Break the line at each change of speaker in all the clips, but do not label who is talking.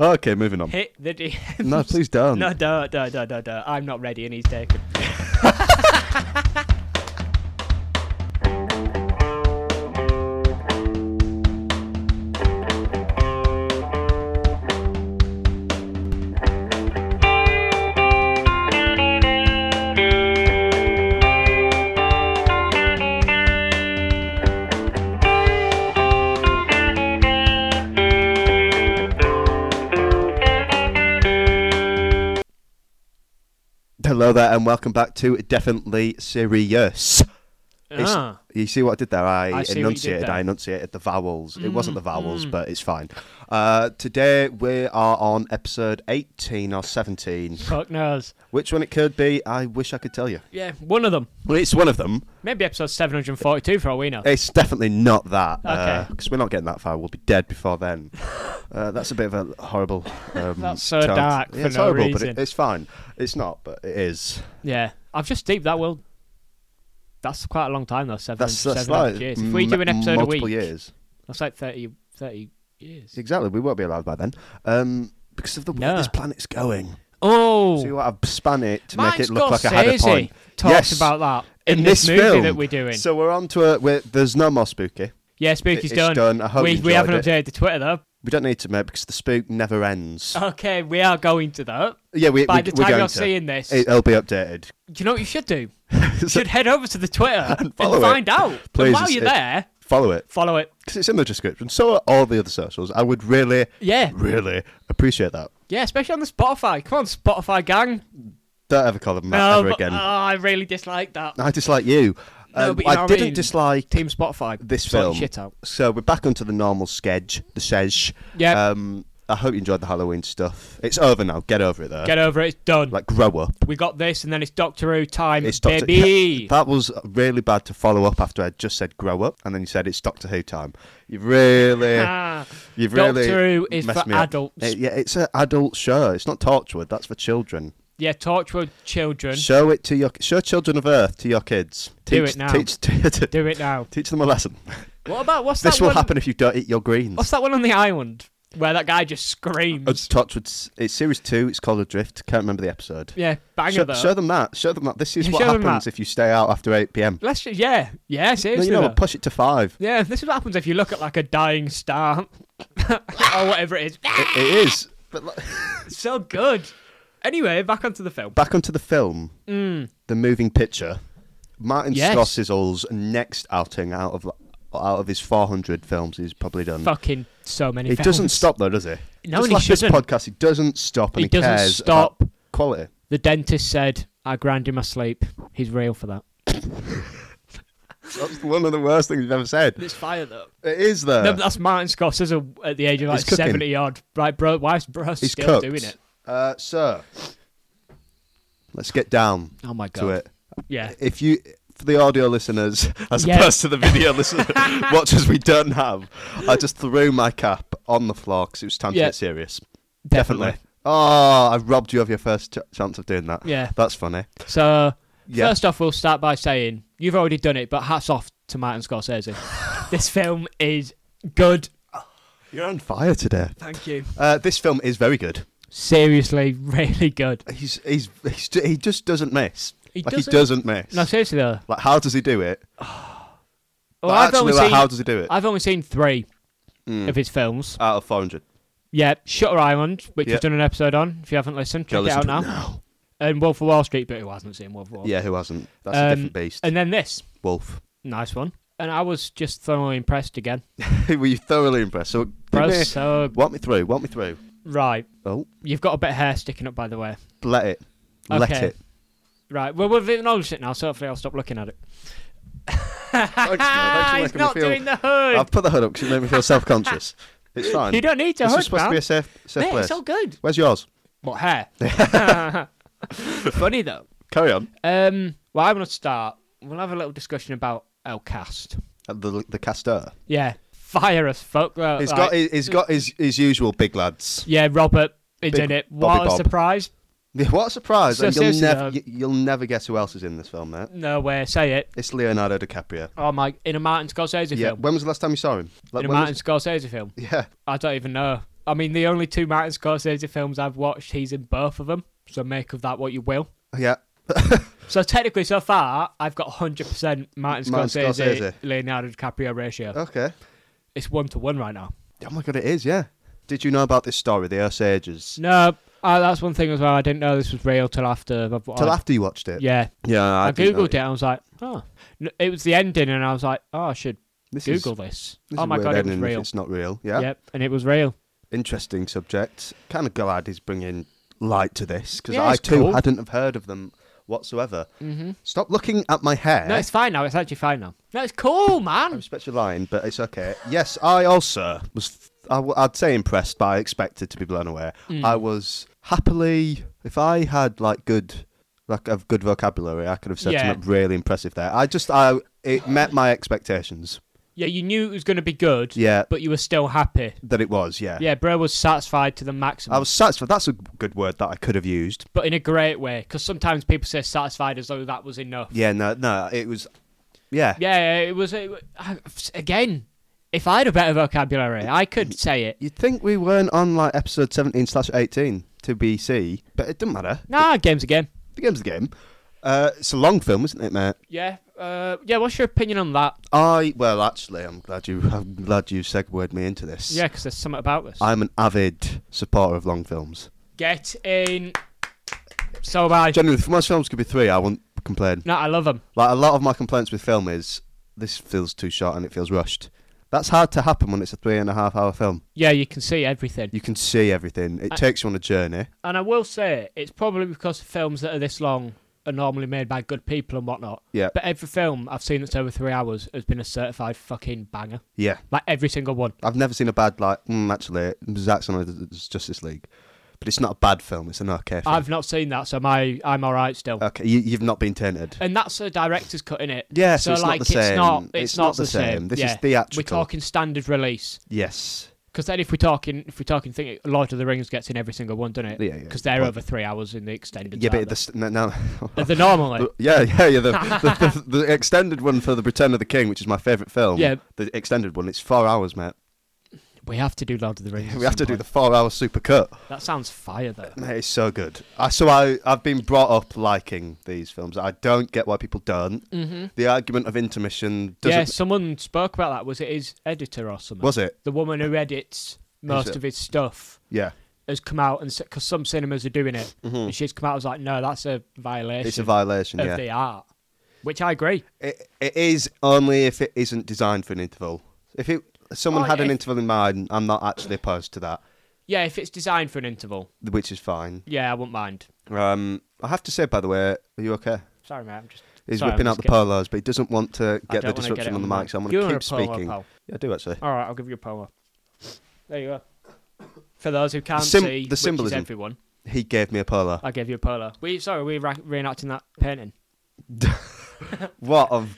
Okay, moving on.
Hit the DMs.
No, please don't.
No, don't, don't, don't, don't, don't. I'm not ready, and he's taken.
Hello there, and welcome back to Definitely Serious. It's-
Ah,
You see what I did there? I,
I see what you did
enunciated.
there. Mm.
I enunciated the vowels. it wasn't the vowels, but it's fine. Uh, today we are on episode 18 or 17.
fuck knows.
Which one it could be, I wish I could tell you.
Yeah, one of them.
Well, it's one of them.
Maybe episode 742 for all we know.
It's definitely not that.
Okay.
Because we're not getting that far. We'll be dead before then. uh, that's a bit of a horrible. Um,
That's so
tone.
dark
Yeah,
for
it's
no
horrible, but it,
reason.
it's fine. It's not, but it is.
Yeah, I've just deep that will. That's quite a long time though. Seven,
That's, that's
seven hundred
like
years. If we do an
m-
episode a
multiple
week,
years.
that's like 30, 30 years.
Exactly. We won't be allowed by then. Um, because of the way
No.
this planet's going.
Oh,
See what I've spun it to
Martin
make it look like I had a
Scorsese
point.
Talks
Yes.
about that
In,
in,
this,
movie
film
that we're doing.
So we're on to a. We're, there's no more spooky.
yeah, Spooky's
it's
done.
done. I hope
we
you
we haven't
enjoyed
updated the Twitter though.
We don't need to, mate, because the spook never ends.
Okay, we are going to that.
yeah, we,
Uh, By
we,
the
we're
time
going
you're
to.
seeing this,
It- It'll be updated.
do you know what you should do? You
So
should head over to the Twitter and,
follow it.
find out.
Please,
and while
it's-
you're
it-
there,
follow it
follow it.
because it's in the description. So are all the other socials. I would really,
Yeah,
really appreciate that.
yeah, especially on the Spotify. Come on, Spotify gang.
Don't ever call them that
No,
ever
but-
again.
oh, I really dislike that.
I dislike you.
No,
Um,
but you know
I
what I
didn't
mean.
dislike
Team Spotify.
this
sort
film.
Shit out.
So we're back onto the normal sketch, the sej.
Yep.
Um, I hope you enjoyed the Halloween stuff. It's over now. Get over it, though.
Get over it. It's done.
like grow up.
we got this, and then it's Doctor Who time,
It's Doctor-
baby.
That was really bad to follow up after I just said grow up, and then you said it's Doctor Who time. You've really,
Ah,
you've
Doctor
really
Who is
messed
for
me up.
adults.
It- yeah, it's an adult show. It's not Torchwood. That's for children.
yeah, Torchwood children.
Show it to your show children of Earth to your kids.
Do
teach,
it now.
Teach,
Do it now.
teach them a lesson.
What about what's
this
that
will
one?
happen if you don't eat your
What's
greens.
that one on the island where that guy just
It's
screams?
Torchwood. It's series two. It's called Adrift. Can't remember the episode.
yeah, banger
show,
though.
show them that. Show them that. This is
Yeah,
what
show them
happens
that.
if you stay out after eight pm.
Let's ju- yeah, yeah,
No,
seriously.
you know,
though.
what, push it to five.
yeah, this is what happens if you look at like a dying star or whatever it is.
It, it is. But like,
It's so good. Anyway, back onto the film.
back onto the film, the moving picture. Martin
Mm. Yes.
Scorsese's next outing out of out of his 400 films he's probably done.
Fucking so many.
He
films.
doesn't stop though, does he?
No,
Just
and he
like
shouldn't.
this podcast, he doesn't stop and
He
he,
doesn't
cares
stop.
about quality.
The dentist said, "I grind in my sleep." He's real for that.
That's one of the worst things you've ever said.
It's fire though.
It is though.
no, but that's Martin Scorsese at the age of
Uh,
like
He's cooking.
seventy odd. Right, bro, wife's bro's
he's
still
cooked.
doing it.
Uh, so let's get down
Oh my god.
to it.
Yeah.
if you for the audio listeners as
Yeah.
opposed to the video listeners watchers we don't have i just threw my cap on the floor because it was time
Yeah.
to get serious
Definitely.
oh i robbed you of your first ch- chance of doing that
Yeah.
that's funny
So
Yeah.
first off, we'll start by saying you've already done it, but hats off to Martin Scorsese. this film is good.
you're on fire today
Thank you.
uh, this film is very good
Seriously, really good.
he's he's, he's he just doesn't miss
He
like
doesn't-
he doesn't miss
No, seriously though.
like how does he do it
Well,
Like,
I've
actually
only
like
seen
how does he do it Hmm.
I've only seen three of his films.
out of 400
Yeah, Shutter Island, which
Yeah.
we've done an episode on. If you haven't listened, check
Go
it
listen to
out now.
it now.
And Wolf of Wall Street, but who hasn't seen Wolf of Wall? Street?
yeah who hasn't that's a
Um,
different beast
And then this,
wolf
nice one. And I was just thoroughly impressed again.
were you thoroughly impressed so give
Bro,
me-
so
Walk me through. Walk me through.
right,
Oh,
you've got a bit of hair sticking up, by the way.
let it. Let
Okay.
it.
Right. Well, we've acknowledged it now, so hopefully I'll stop looking at it.
Thanks, man. Thanks for
He's
making me
not
feel-
doing the hood.
I've put the hood up because it made me feel self-conscious. It's fine.
You don't need to
This
hood,
is supposed
man.
to be a safe, safe
Mate,
place.
it's all good.
Where's yours?
What hair? Funny though.
Carry on.
Um. Well, I'm gonna start. We'll have a little discussion about El Cast.
Uh, The the castor.
Yeah, fire as fuck. Though.
He's
like-
got his, he's got his, his usual big lads.
Yeah, Robert is
Big
in it.
Bobby
What a
Bob.
surprise!
Yeah, What a surprise!
So
and you'll
seriously,
never
though-
y- you'll never guess who else is in this film, mate.
No way. Say it.
It's Leonardo DiCaprio.
Oh my! In a Martin Scorsese
Yeah.
film.
When was the last time you saw him?
in a
when
Martin
was-
Scorsese film.
yeah.
I don't even know. I mean, the only two Martin Scorsese films I've watched, he's in both of them. So make of that what you will.
Yeah.
So technically, so far, I've got 100% Martin
Martin
Scorsese,
Scorsese. Oh.
Leonardo DiCaprio ratio.
Okay.
It's one to one right now.
Oh my god, it is. Yeah. Did you know about this story, the Osages?
No, uh, that's one thing as well. I didn't know this was real till after. I've-
Till
I-
after you watched it.
Yeah,
Yeah.
I,
didn't know
googled it. and I was like, oh, N- it was the ending, and I was like, oh, I should
This is-
Google this.
this
Oh
is
my
weird
god, it was
ending if
real.
It's not real. Yeah.
Yep, and it was real.
Interesting subject. Kind of glad he's bringing light to this because
Yeah,
I
it's
too
cool.
hadn't have heard of them whatsoever.
Mm-hmm.
Stop looking at my hair.
No, it's fine now. It's actually fine now. No, it's cool,
Eh? I
man.
respect your line, but it's okay. Yes, I also was. I w- I'd say impressed, but I expected to be blown away. I was happily. If I had like good, like a good vocabulary, I could have said
Yeah.
something really impressive there. I just, I it met my expectations.
Yeah, you knew it was going to be good,
Yeah,
but you were still happy.
that it was. Yeah,
Yeah, bro was satisfied to the maximum,
I was satisfied. That's a good word that I could have used.
but in a great way. Because sometimes people say satisfied as though that was enough.
Yeah, no, no, it was. Yeah,
Yeah, it was. It, I- again, if I had a better vocabulary, I could say it.
you'd think we weren't on like episode seventeen slash eighteen to BC, but it doesn't matter.
Nah, game's again.
The game's the game. Uh, it's a long film, isn't it, mate?
Yeah, uh, yeah. What's your opinion on that?
I well, actually, I'm glad you. I'm glad you segued me into this.
Yeah, because there's something about this.
I'm an avid supporter of long films.
Get in. So am I.
Generally, if most films could be three, I wouldn't complain.
No, I love them.
Like a lot of my complaints with film is this feels too short and it feels rushed. That's hard to happen when it's a three and a half hour film.
Yeah, you can see everything.
You can see everything. It
I-
takes you on a journey.
And I will say, it's probably because films that are this long are normally made by good people and whatnot.
Yeah.
But every film I've seen that's over three hours has been a certified fucking banger.
Yeah,
Like every single one.
I've never seen a bad like. Mm, actually, Zack Snyder's Justice League, but it's not a bad film. It's an okay film.
I've not seen that, so my I'm all right still.
Okay, you, you've not been tainted.
and that's a director's cut in it.
Yeah, so,
Uh, so,
it's not
like,
the same.
it's not- it's not
the
the
same.
same.
This
Yeah.
is
We're
theatrical.
We're talking standard release.
Yes.
Because then if we're talking, if we're talking, thing, Lord of the Rings gets in every single one, doesn't it?
Yeah, yeah.
Because they're
Well-
over three hours in the extended.
Yeah, but
aren't
the, s- no, no.
they? the normally.
The- yeah, yeah, yeah. The, the, the, the extended one for The Return of the King, which is my favourite film.
Yeah.
The extended one, it's four hours, mate.
We have to do Lord of the Rings. at
We have
some
to do
point.
the four hour super cut.
That sounds fire though.
Mate, it's so good. I, so I, I've been brought up liking these films. I don't get why people don't.
Mm-hmm.
The argument of intermission doesn't.
Yeah, someone spoke about that. Was it his editor or something?
Was it?
the woman who edits most
it?
of his stuff
Yeah.
has come out and because some cinemas are doing it, and she's come out and was like, "No, that's a violation
Mm-hmm. It's a violation,
of
yeah.
the art," which I agree.
It, it is only if it isn't designed for an interval. If it someone
Oh,
had
yeah,
an
if-
interval in mind, I'm not actually opposed to that,
Yeah, if it's designed for an interval,
which is fine.
yeah, I wouldn't mind.
Um, I have to say, by the way, are you okay?
Sorry, mate. I'm just
He's
Sorry, I'm
whipping out
just
the
getting-
polos, but he doesn't want to
I
get the
don't wanna
disruption
it
on the mic, so I'm
You
going to keep
a polo,
speaking.
pal.
Yeah, I do actually.
All right, I'll give you a polo. There you go. For those who can't
sym-
see,
the
which is
symbolism.
everyone,
He gave me a polo.
I gave you a polo. We sorry, we re- reenacting that painting.
What of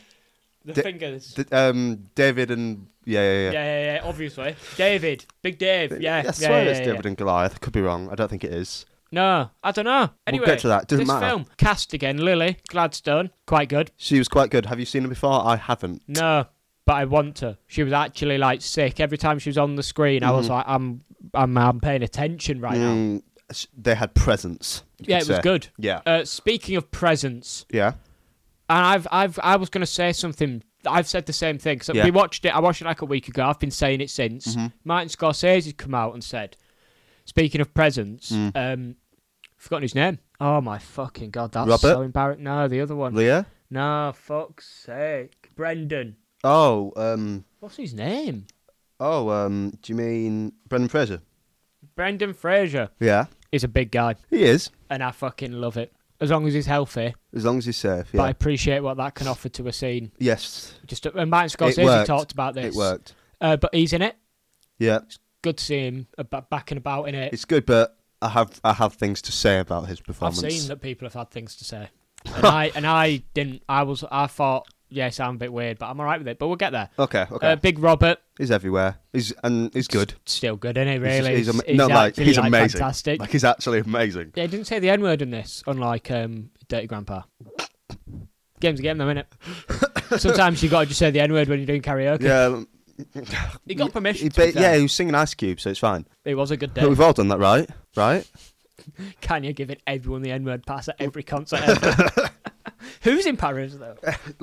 The
Di-
fingers.
d- um, David and yeah, yeah,
yeah,
yeah.
yeah, yeah, obviously. David, Big Dave. Yeah,
I
yeah,
swear
yeah,
it's
yeah, yeah.
David and Goliath. I could be wrong. I don't think it is.
No, I don't know. Anyway,
we'll get to that. Doesn't
this
matter.
film cast again. Lily Gladstone, quite good.
She was quite good. Have you seen her before? I haven't.
No, but I want to. She was actually like sick every time she was on the screen. I was like, I'm, I'm, I'm paying attention right now.
Mm-hmm. Mm, s- they had presence. you
Yeah,
could
it was
say.
good.
Yeah,
Uh, speaking of presence,
yeah.
and I've, I've, I was gonna say something. I've said the same thing. So
Yeah. Mm-hmm.
we watched it. I watched it like a week ago. I've been saying it since. Martin Scorsese come out and said, speaking of presence,
Mm.
um, forgotten his name. Oh my fucking god, that's
Robert?
so embarrassing. No, the other one.
Leah.
No, fuck's sake. Brendan.
Oh, um,
What's his name?
oh, um. Do you mean Brendan Fraser?
Brendan Fraser
Yeah,
is a big guy,
he is.
and I fucking love it. As long as he's healthy,
As long as he's safe.
but I
Yeah.
appreciate what that can offer to a scene.
Yes,
Just and Martin
It
Scorsese
worked.
talked about this.
it worked.
Uh, but he's in it.
Yeah.
Good to see him ab- back and about in it.
It's good, but I have I have things to say about his
I've
performance.
seen that people have had things to say, and I and I didn't. I was. I thought, yes, I'm a bit weird, but I'm alright with it. But we'll get there.
Okay, okay.
Uh, Big Robert,
he's everywhere. He's and he's good.
still good, isn't he?
He's-
Really,
he's, ama- no, like
actually,
he's amazing.
fantastic.
Like he's actually amazing.
Yeah, he didn't say the N word in this, unlike um, Dirty Grandpa. Game's a game, though, innit? Sometimes you gotta just say the N word when you're doing karaoke.
Yeah,
He got permission.
He
to be
ba- yeah,
fair.
he was singing Ice Cube, so it's fine.
it was a good day.
But we've all done that, right? Right?
Kanye giving everyone the N word pass at every concert ever. Who's in Paris though?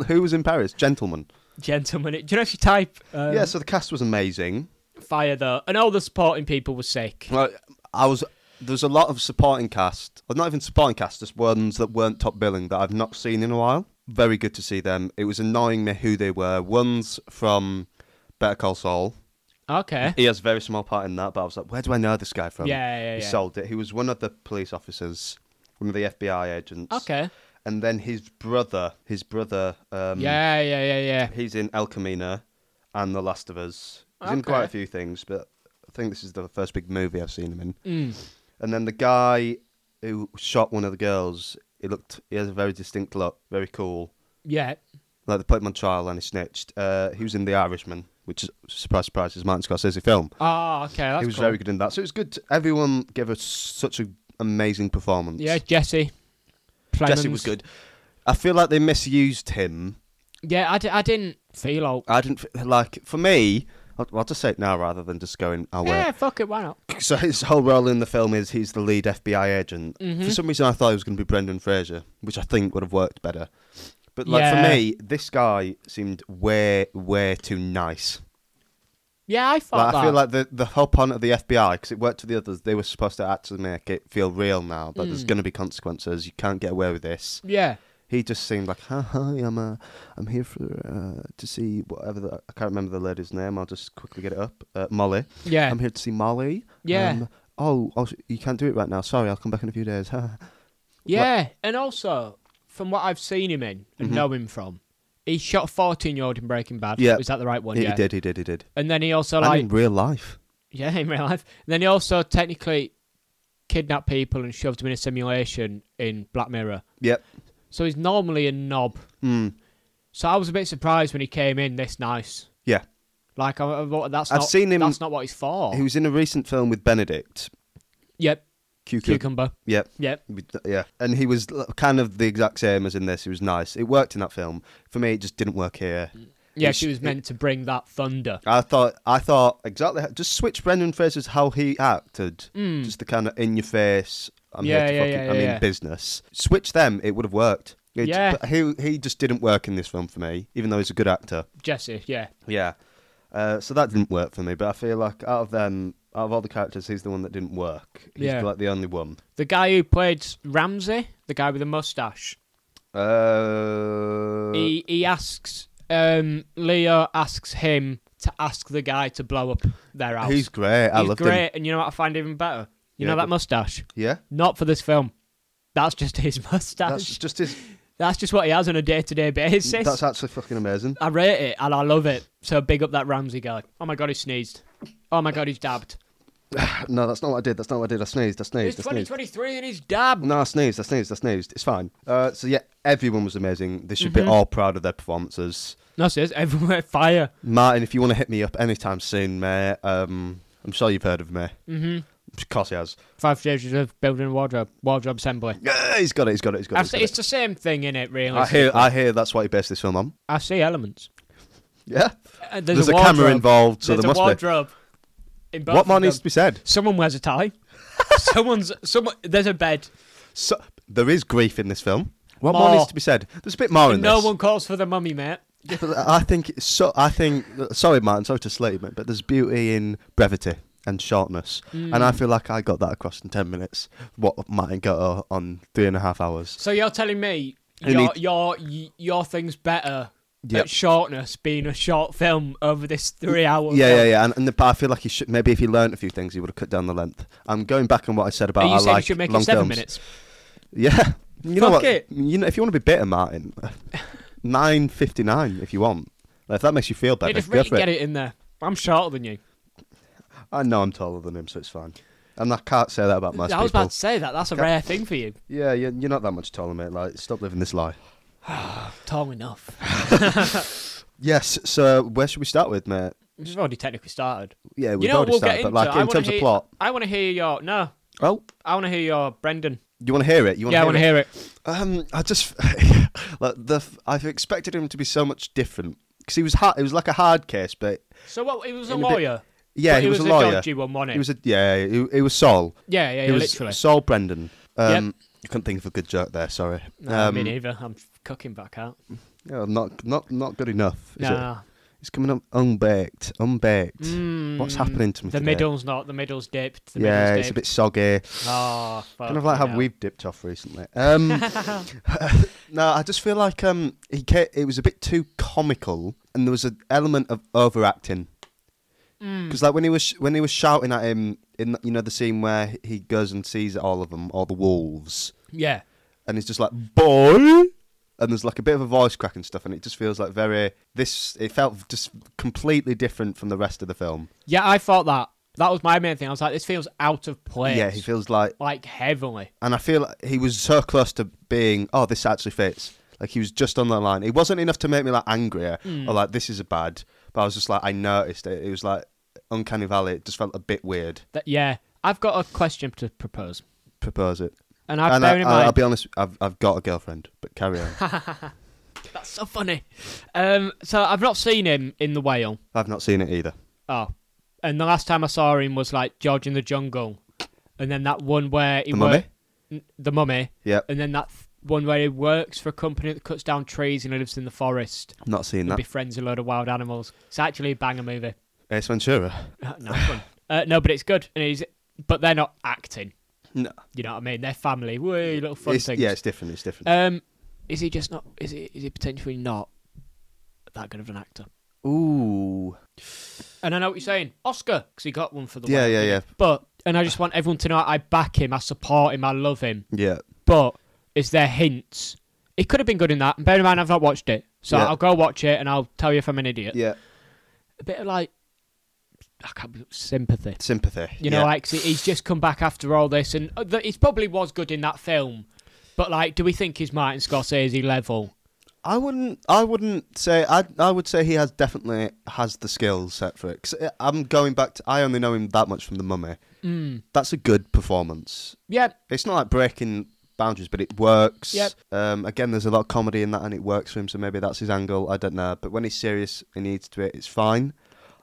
Who was in Paris? Gentlemen.
Gentlemen, do you know if you type um,
yeah, so the cast was amazing.
fire though, and all the supporting people were sick.
Well, I was. There's a lot of supporting cast, or not even supporting cast, just ones that weren't top billing that I've not seen in a while. Very good to see them. It was annoying me who they were. One's from Better Call Saul.
Okay,
He has a very small part in that, but I was like, where do I know this guy from?
Yeah, yeah,
He
yeah.
sold it. He was one of the police officers, one of the FBI agents.
okay,
And then his brother, his brother, um,
yeah, yeah, yeah, yeah.
he's in El Camino and The Last of Us. He's in quite
Okay.
a few things, but I think this is the first big movie I've seen him in.
Mm.
And then the guy who shot one of the girls, he looked, he has a very distinct look, very cool.
Yeah,
Like they put him on trial and he snitched. Uh, he was in The Irishman, which is surprise, surprise, is a Martin Scorsese film.
oh, okay, that's
he was
cool.
very good in that. So it was good. To, everyone gave us such an amazing performance.
Yeah, Jesse.
Jesse
Plemons.
was good. I feel like they misused him.
Yeah, I, d- I didn't feel old.
I didn't f- like for me. I'll, I'll just say it now rather than just going. I'll
Yeah, fuck it, why not?
So his whole role in the film is he's the lead FBI agent.
Mm-hmm.
For some reason, I thought it was going to be Brendan Fraser, which I think would have worked better. But like
Yeah.
for me, this guy seemed way way too nice.
Yeah, I thought
Like,
that.
I feel like the the whole point of the FBI because it worked with the others. They were supposed to actually make it feel real now that
Mm.
there's going to be consequences. You can't get away with this.
yeah,
He just seemed like, hi, hi I'm uh, I'm here for uh, to see whatever. The, I can't remember the lady's name. I'll just quickly get it up. Uh, Molly.
yeah.
I'm here to see Molly.
Yeah.
oh, oh, you can't do it right now. Sorry, I'll come back in a few days.
Yeah, and also from what I've seen him in
Mm-hmm.
and know him from, he shot a fourteen-year-old in Breaking Bad.
Yeah.
was that the right one?
he,
yeah,
did, he did, he did.
And then he also
and
like
in real life.
yeah in real life. And then he also technically kidnapped people and shoved them in a simulation in Black Mirror.
Yep.
So he's normally a knob.
Mm.
So I was a bit surprised when he came in this nice.
Yeah.
Like I, I, that's
I've
not,
seen him-
That's not what he's for.
He was in a recent film with Benedict.
Yep,
Cucumber.
cucumber.
Yep.
Yep.
Yeah. And he was l- kind of the exact same as in this. He was nice. It worked in that film. For me, it just didn't work here.
Yeah,
He's-
she was meant to bring that thunder.
I thought, I thought exactly. how- Just switch Brendan Fraser's how he acted. Just the kind of in your face. I'm
Mm. Yeah,
here to
yeah,
fucking.
yeah,
I mean,
yeah, yeah.
business. Switch them. It would have worked. It-
Yeah.
But he he just didn't work in this film for me, even though he's a good actor.
Jesse, yeah.
Yeah. Uh, so that didn't work for me, but I feel like out of them, out of all the characters, he's the one that didn't work. He's
Yeah.
like the only one.
The guy who played Ramsey, the guy with the mustache,
Uh,
he he asks um Leo asks him to ask the guy to blow up their house.
he's great. I
He's
loved
great,
him.
and you know what I find even better? You
Yeah,
know that
but-
mustache?
Yeah.
Not for this film. That's just his mustache.
That's
That's just,
just his.
what he has on a day to day basis.
That's actually fucking amazing.
I rate it and I love it. So big up that Ramsey guy. Oh my god, he sneezed. Oh my god, he's dabbed.
No, that's not what I did. That's not what I did. I sneezed. I
It's
sneezed. I sneezed.
2023 and he's dabbed.
No, I sneezed. I sneezed. I sneezed. It's fine. Uh, so yeah, everyone was amazing. They should
Mm-hmm.
be all proud of their performances.
No, says everywhere fire.
Martin, if you want to hit me up anytime soon, mate, um, I'm sure you've heard of me.
Mm-hmm.
Of course he has.
Five stages of building a wardrobe, wardrobe assembly.
Yeah, he's got it. He's got it. He's got it.
I
he's
see,
got
it's
it.
the same thing in it, really.
I hear. I hear. That's what he based this film on.
I see elements.
Yeah.
Uh,
There's, a,
wardrobe.
camera involved, so
There's
there
a
must be.
wardrobe. In both
What
of
more
them.
needs to be said?
Someone wears a tie. Someone's someone. There's a bed.
So, there is grief in this film. What more.
More.
needs to be said? There's a bit more in
No
this.
one calls for the mummy, mate.
But I think. it's So I think. Sorry, Martin. Sorry to slay you, mate, but there's beauty in brevity and shortness, and
Mm.
I feel like I got that across in ten minutes. What Martin got on three and a half hours.
So you're telling me
Who
your
need-
your y- your thing's better
Yep.
at shortness being a short film over this three hour.
Yeah,
film.
yeah, yeah, and, and the, but I feel like he should. Maybe if he learnt a few things, he would have cut down the length. I'm going back on what I said about
Are you
I
saying
like
you should make
long
it seven
films.
minutes?
Yeah. You know
Fuck
what?
it.
You know, if you want to be bitter, Martin, nine fifty nine. If you want, if that makes you feel
Yeah,
better,
just
go
really
for
get
it.
it in there. I'm shorter than you.
I know I'm taller than him, so it's fine. And I can't say that about most
I was
people.
about to say that. That's a rare thing for you.
Yeah, you're, you're not that much taller, mate. Like, stop living this lie.
Tall enough.
Yes. So where should we start with, mate?
We've already technically started.
Yeah, we've
you know what
already
we'll
started,
get
but
into.
like
I
in
wanna
terms
hear-
of plot.
I want to hear your no.
Oh,
I want to hear your Brendan.
you want to hear it? You want
Yeah, I
to
want to hear it.
Um, I just like the f- I've expected him to be so much different because he was hard, it was like a hard case, but
So what? It was a
In a bit-
lawyer.
yeah,
But
he
it
was,
was
a lawyer.
A dodgy one, wasn't it?
He was a yeah, it, it was Saul.
yeah, yeah,
It
yeah
was
literally.
Saul Brendan. Um, I couldn't think of a good joke there. Sorry.
No,
um,
me neither. I'm cooking back out.
yeah, not not not good enough. Is it?
Nah.
It's coming up unbaked, unbaked. What's
Mm,
happening to me?
The
today?
middle's not. The middle's dipped. The
yeah,
middle's
it's a
dipped.
bit soggy.
Oh, fuck
Kind of like how we've dipped off recently. Um, no, I just feel like um, he ca- it was a bit too comical, and there was an element of overacting. Because like when he was sh- when he was shouting at him in you know the scene where he goes and sees all of them, all the wolves,
Yeah.
and he's just like boy, and there's like a bit of a voice crack and stuff, and it just feels like very this. It felt just completely different from the rest of the film.
Yeah, I thought that. That was my main thing. I was like, this feels out of place.
Yeah, he feels like
like heavily.
and I feel like he was so close to being, oh, this actually fits. Like he was just on that line. It wasn't enough to make me like angrier
Hmm.
or like this is a bad. But I was just like, I noticed it. It was like uncanny valley. It just felt a bit weird.
That yeah. I've got a question to propose,
Propose it.
and I've
and I,
bearing Ah, in
I, I'll
mind
be honest, I've I've got a girlfriend, but carry on.
that's so funny. Um, so I've not seen him in the whale.
I've not seen it either.
Oh, and the last time I saw him was like George in the Jungle, and then that one where he
The mummy.
work- N- the mummy,
Yep,
and then that th- one where he works for a company that cuts down trees and lives in the forest
not seen
and
that.
befriends a load of wild animals. It's actually a banger movie.
Ace Ventura.
Uh, no, fun. Uh, no, but it's good, and it's but they're not acting.
No,
You know what I mean? They're family, wee little fun
it's,
things.
yeah, it's different. It's different.
Um, is he just not? Is he? Is he potentially not that good of an actor?
Ooh,
And I know what you're saying, Oscar, because he got one for the
Yeah,
Whale,
yeah,
didn't he? But and I just want everyone to know I back him, I support him, I love him.
yeah.
But is there hints? It could have been good in that. And bear in mind, I've not watched it, so
Yeah.
I'll go watch it and I'll tell you if I'm an idiot.
Yeah,
A bit of like, I can't be- sympathy.
sympathy.
You know,
yeah.
like 'cause he- he's just come back after all this, and uh, th- he probably was good in that film. But like, do we think he's Martin Scorsese level?
I wouldn't. I wouldn't say. I. I would say he has definitely has the skills set for it. i I'm going back to. I only know him that much from the Mummy.
Mm.
That's a good performance.
Yeah,
It's not like breaking boundaries, but it works.
Yep.
Um. Again, there's a lot of comedy in that, and it works for him. So maybe that's his angle. I don't know. But when he's serious and he needs to it, it's fine.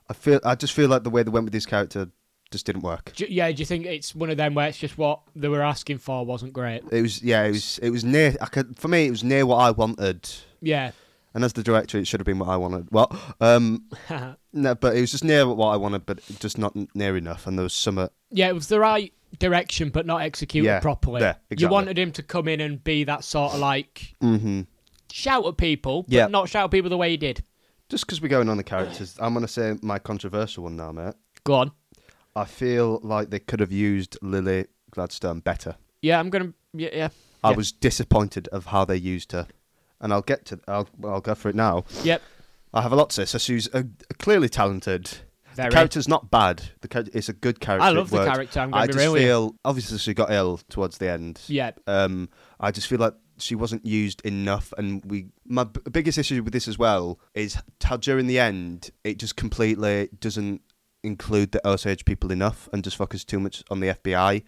I feel. I just feel like the way they went with his character just didn't work.
Do, yeah, do you think it's one of them where it's just what they were asking for wasn't great?
It was. Yeah. It was. It was near. I could. For me, it was near what I wanted.
Yeah.
And as the director, it should have been what I wanted. Well, um, No, but it was just near what I wanted, but just not n- near enough. And there was some. Uh,
yeah, it was the right direction, but not executed
Yeah,
properly.
there,
You
exactly.
wanted him to come in and be that sort of like
mm-hmm.
shout at people,
Yeah.
but not shout at people the way he did.
Just because we're going on the characters, I'm going to say my controversial one now, mate.
Go on.
I feel like they could have used Lily Gladstone better.
Yeah, I'm gonna. Yeah, yeah,
I
Yeah.
was disappointed of how they used her, and I'll get to. I'll I'll go for it now.
yep.
I have a lot to say. So she's uh clearly talented.
Very.
The character's not bad. The char- it's a good character.
I
it
love the
worked.
character. I'm
I
gonna be
just
real. with you.
feel obviously she got ill towards the end.
Yeah.
Um, I just feel like she wasn't used enough, and we. My b- biggest issue with this as well is how during the end it just completely doesn't include the Osage people enough, and just focuses too much on the FBI.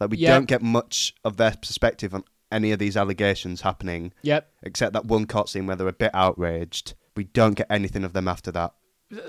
Like we
Yeah.
don't get much of their perspective on any of these allegations happening,
Yep.
except that one cutscene where they're a bit outraged. We don't get anything of them after that.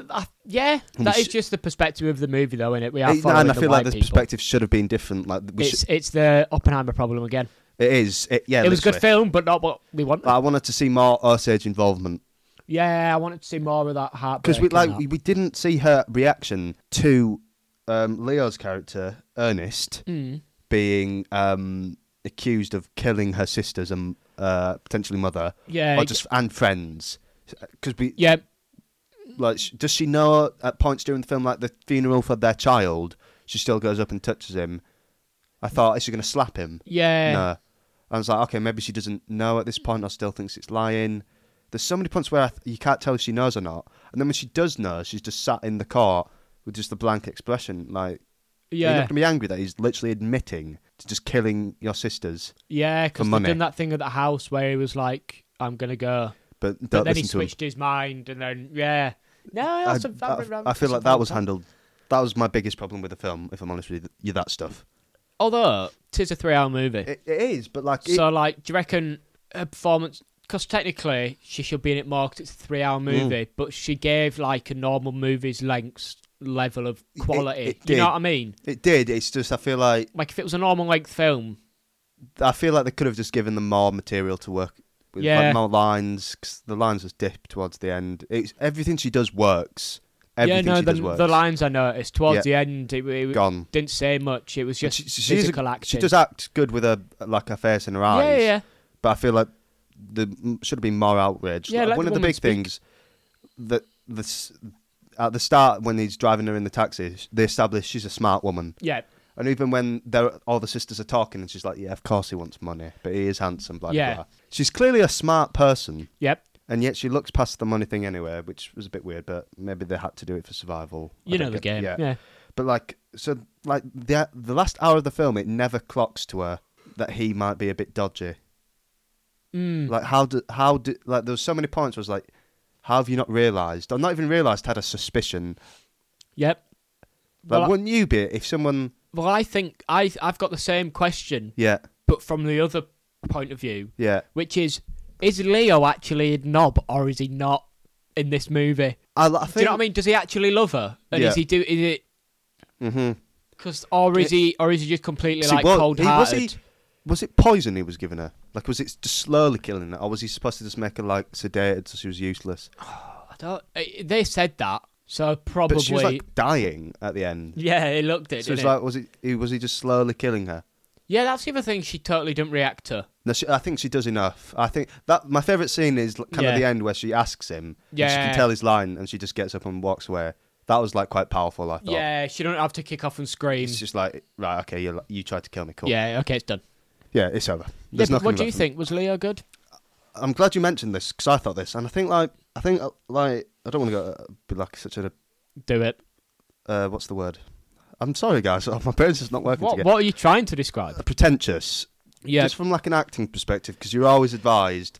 I, yeah,
And
that
we
is
sh-
just the perspective of the movie, though, isn't it? We are
It-
following
and I
the
feel
white
like this
people.
perspective should have been different. Like we
It's
should,
it's the Oppenheimer problem again.
it is. It, yeah,
it was a good
literally.
film, but not what we wanted.
I wanted to see more Osage involvement.
yeah, I wanted to see more of that heartbreak.
because we
and
like
that.
we, we didn't see her reaction to um, Leo's character Ernest
Mm.
being um, accused of killing her sisters and uh, potentially mother
Yeah,
or just and friends because we
yeah,
like sh- does she know at points during the film like the funeral for their child she still goes up and touches him I thought is she gonna slap him
yeah.
no I was like okay maybe she doesn't know at this point or still thinks it's lying there's so many points where I th- you can't tell if she knows or not and then when she does know she's just sat in the court with just a blank expression like you're
Yeah,
not gonna be angry that he's literally admitting to just killing your sisters
yeah,
for
because they've
money.
done that thing at the house where he was like, "I'm gonna go,"
but don't
but then he
listen to him
switched his mind, and then yeah, no,
I,
that's a-
I-
that- that-
I feel
that's
like
a
that was
fun-
handled. That was my biggest problem with the film, if I'm honest with you. That stuff.
Although tis a three-hour movie,
It, it is, but like, it,
so like, do you reckon her performance? because technically she should be in it more because it's a three-hour
Mm.
movie, but she gave like a normal movie's length level of quality.
it
you know
did.
what I mean?
It did. It's just I feel like
Like if it was a normal length film,
I feel like they could have just given them more material to work with,
Yeah.
like more lines. 'cause the lines was dipped towards the end. It's everything she does works. Everything
yeah, no,
she does
the,
works.
the lines I noticed towards
Yeah.
the end, it, it
gone.
didn't say much. It was just
she, she's a-
physical acting.
she does act good with her like her face and her eyes.
yeah, yeah, yeah.
But I feel like there m- should have been more outrage.
Yeah,
Like,
let
one
the
of the
woman
big
speak.
things that this at the start when he's driving her in the taxi, they establish she's a smart woman.
yeah.
And even when they're, all the sisters are talking, and she's like, "Yeah, of course he wants money, but he is handsome." Blah blah,
Yeah.
blah. She's clearly a smart person,
Yep.
and yet she looks past the money thing anyway, which was a bit weird. But maybe they had to do it for survival. I
You
don't
know the
get-
game. Yeah.
But like, so like the the last hour of the film, it never clocks to her that he might be a bit dodgy.
Mm.
Like how do how do like there was so many points. Where I was like, how have you not realised? Or not even realised had a suspicion.
Yep.
Like,
Well, I-
wouldn't you be if someone?
Well, I think I I've got the same question,
Yeah,
but from the other point of view,
yeah.
which is: Is Leo actually a knob, or is he not in this movie?
I, I think,
do you know what I mean? Does he actually love her, and
Yeah.
is he do is it?
Mhm.
Cause, or is he or is he just completely
'Cause he
like
was-
cold
he- was
hearted?
he- Was it poison he was giving her? Like, was it just slowly killing her, or was he supposed to just make her like sedated so she was useless?
I don't. eh, They said that, so probably
But she was like dying at the end.
yeah. It looked it.
So
didn't
it's
it?
like, was it? he- Was he just slowly killing her?
yeah, that's the other thing. She totally didn't react to.
No, she, I think she does enough. I think that my favorite scene is l- kind
Yeah.
of the end where she asks him. and she
Yeah.
can tell his line, and she just gets up and walks away. That was like quite powerful. I thought.
Yeah, she don't have to kick off and scream.
It's just like right, okay, you you tried to kill me, cool.
Yeah, okay, it's done.
yeah, it's over.
Yeah,
There's
but
nothing
what do you
left for me.
think? Was Leo good?
I'm glad you mentioned this because I thought this, and I think like I think uh, like I don't want to go uh, be like such a
Do it.
uh, what's the word? I'm sorry, guys. My brain's just not working
What
together.
What are you trying to describe?
Pretentious,
Yeah.
Uh, just from like an acting perspective, because you're always advised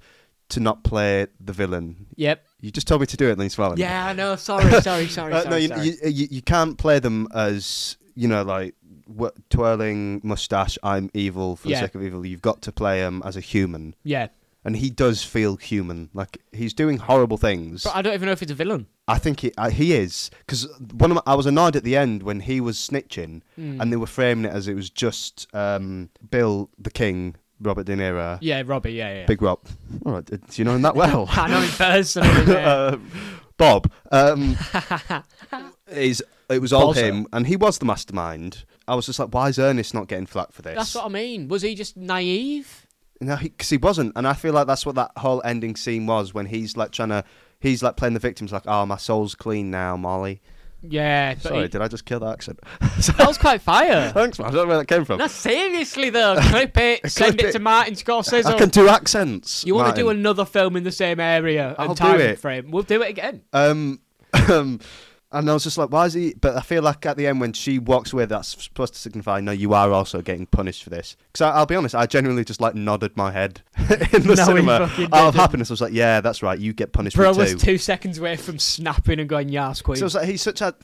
to not play the villain.
Yep.
You just told me to do it, and he's following.
Yeah, I know. Sorry, sorry, sorry,
Uh,
sorry.
no, you,
sorry.
You, you you can't play them as you know like wh- twirling mustache. I'm evil for
Yeah.
the sake of evil. You've got to play him as a human,
yeah,
and he does feel human. Like he's doing horrible things.
but
I,
I don't even know if it's a villain.
think he, I, he is because one of my, I was annoyed at the end when he was snitching,
Hmm.
and they were framing it as it was just um, Bill the King, Robert De Niro,
Yeah, Robbie. Yeah, yeah.
Big Rob. All right, do you know him that well?
I know him personally. yeah.
Um, Bob um, is it was all
Bozza.
him, and he was the mastermind. I was just like, why is Ernest not getting flack for this?
That's what I mean. Was he just naive?
no, because he, wasn't, and I feel like that's what that whole ending scene was when he's like trying to, he's like playing the victims, like, oh, my soul's clean now, Molly.
Yeah, but
Sorry,
he-
did I just kill that accent?
that was quite fire.
Thanks, man. I don't know where that came from.
no, seriously though, clip it, send
Clip
it to
it.
Martin Scorsese.
I can do accents.
you want to do
Martin.
another film in the same area
I'll
and
do
time
it.
frame? We'll do it again.
Um, um, and I was just like, why is he? But I feel like at the end when she walks away, that's supposed to signify, no, you are also getting punished for this. Because I'll be honest, I genuinely just like nodded my head in the
No, he
cinema
fucking
out of
didn't.
happiness. I was like, yeah, that's right, you get punished
Bro
for it
was
too.
two seconds away from snapping and going, "Yes, queen."
So I was like, he's such a.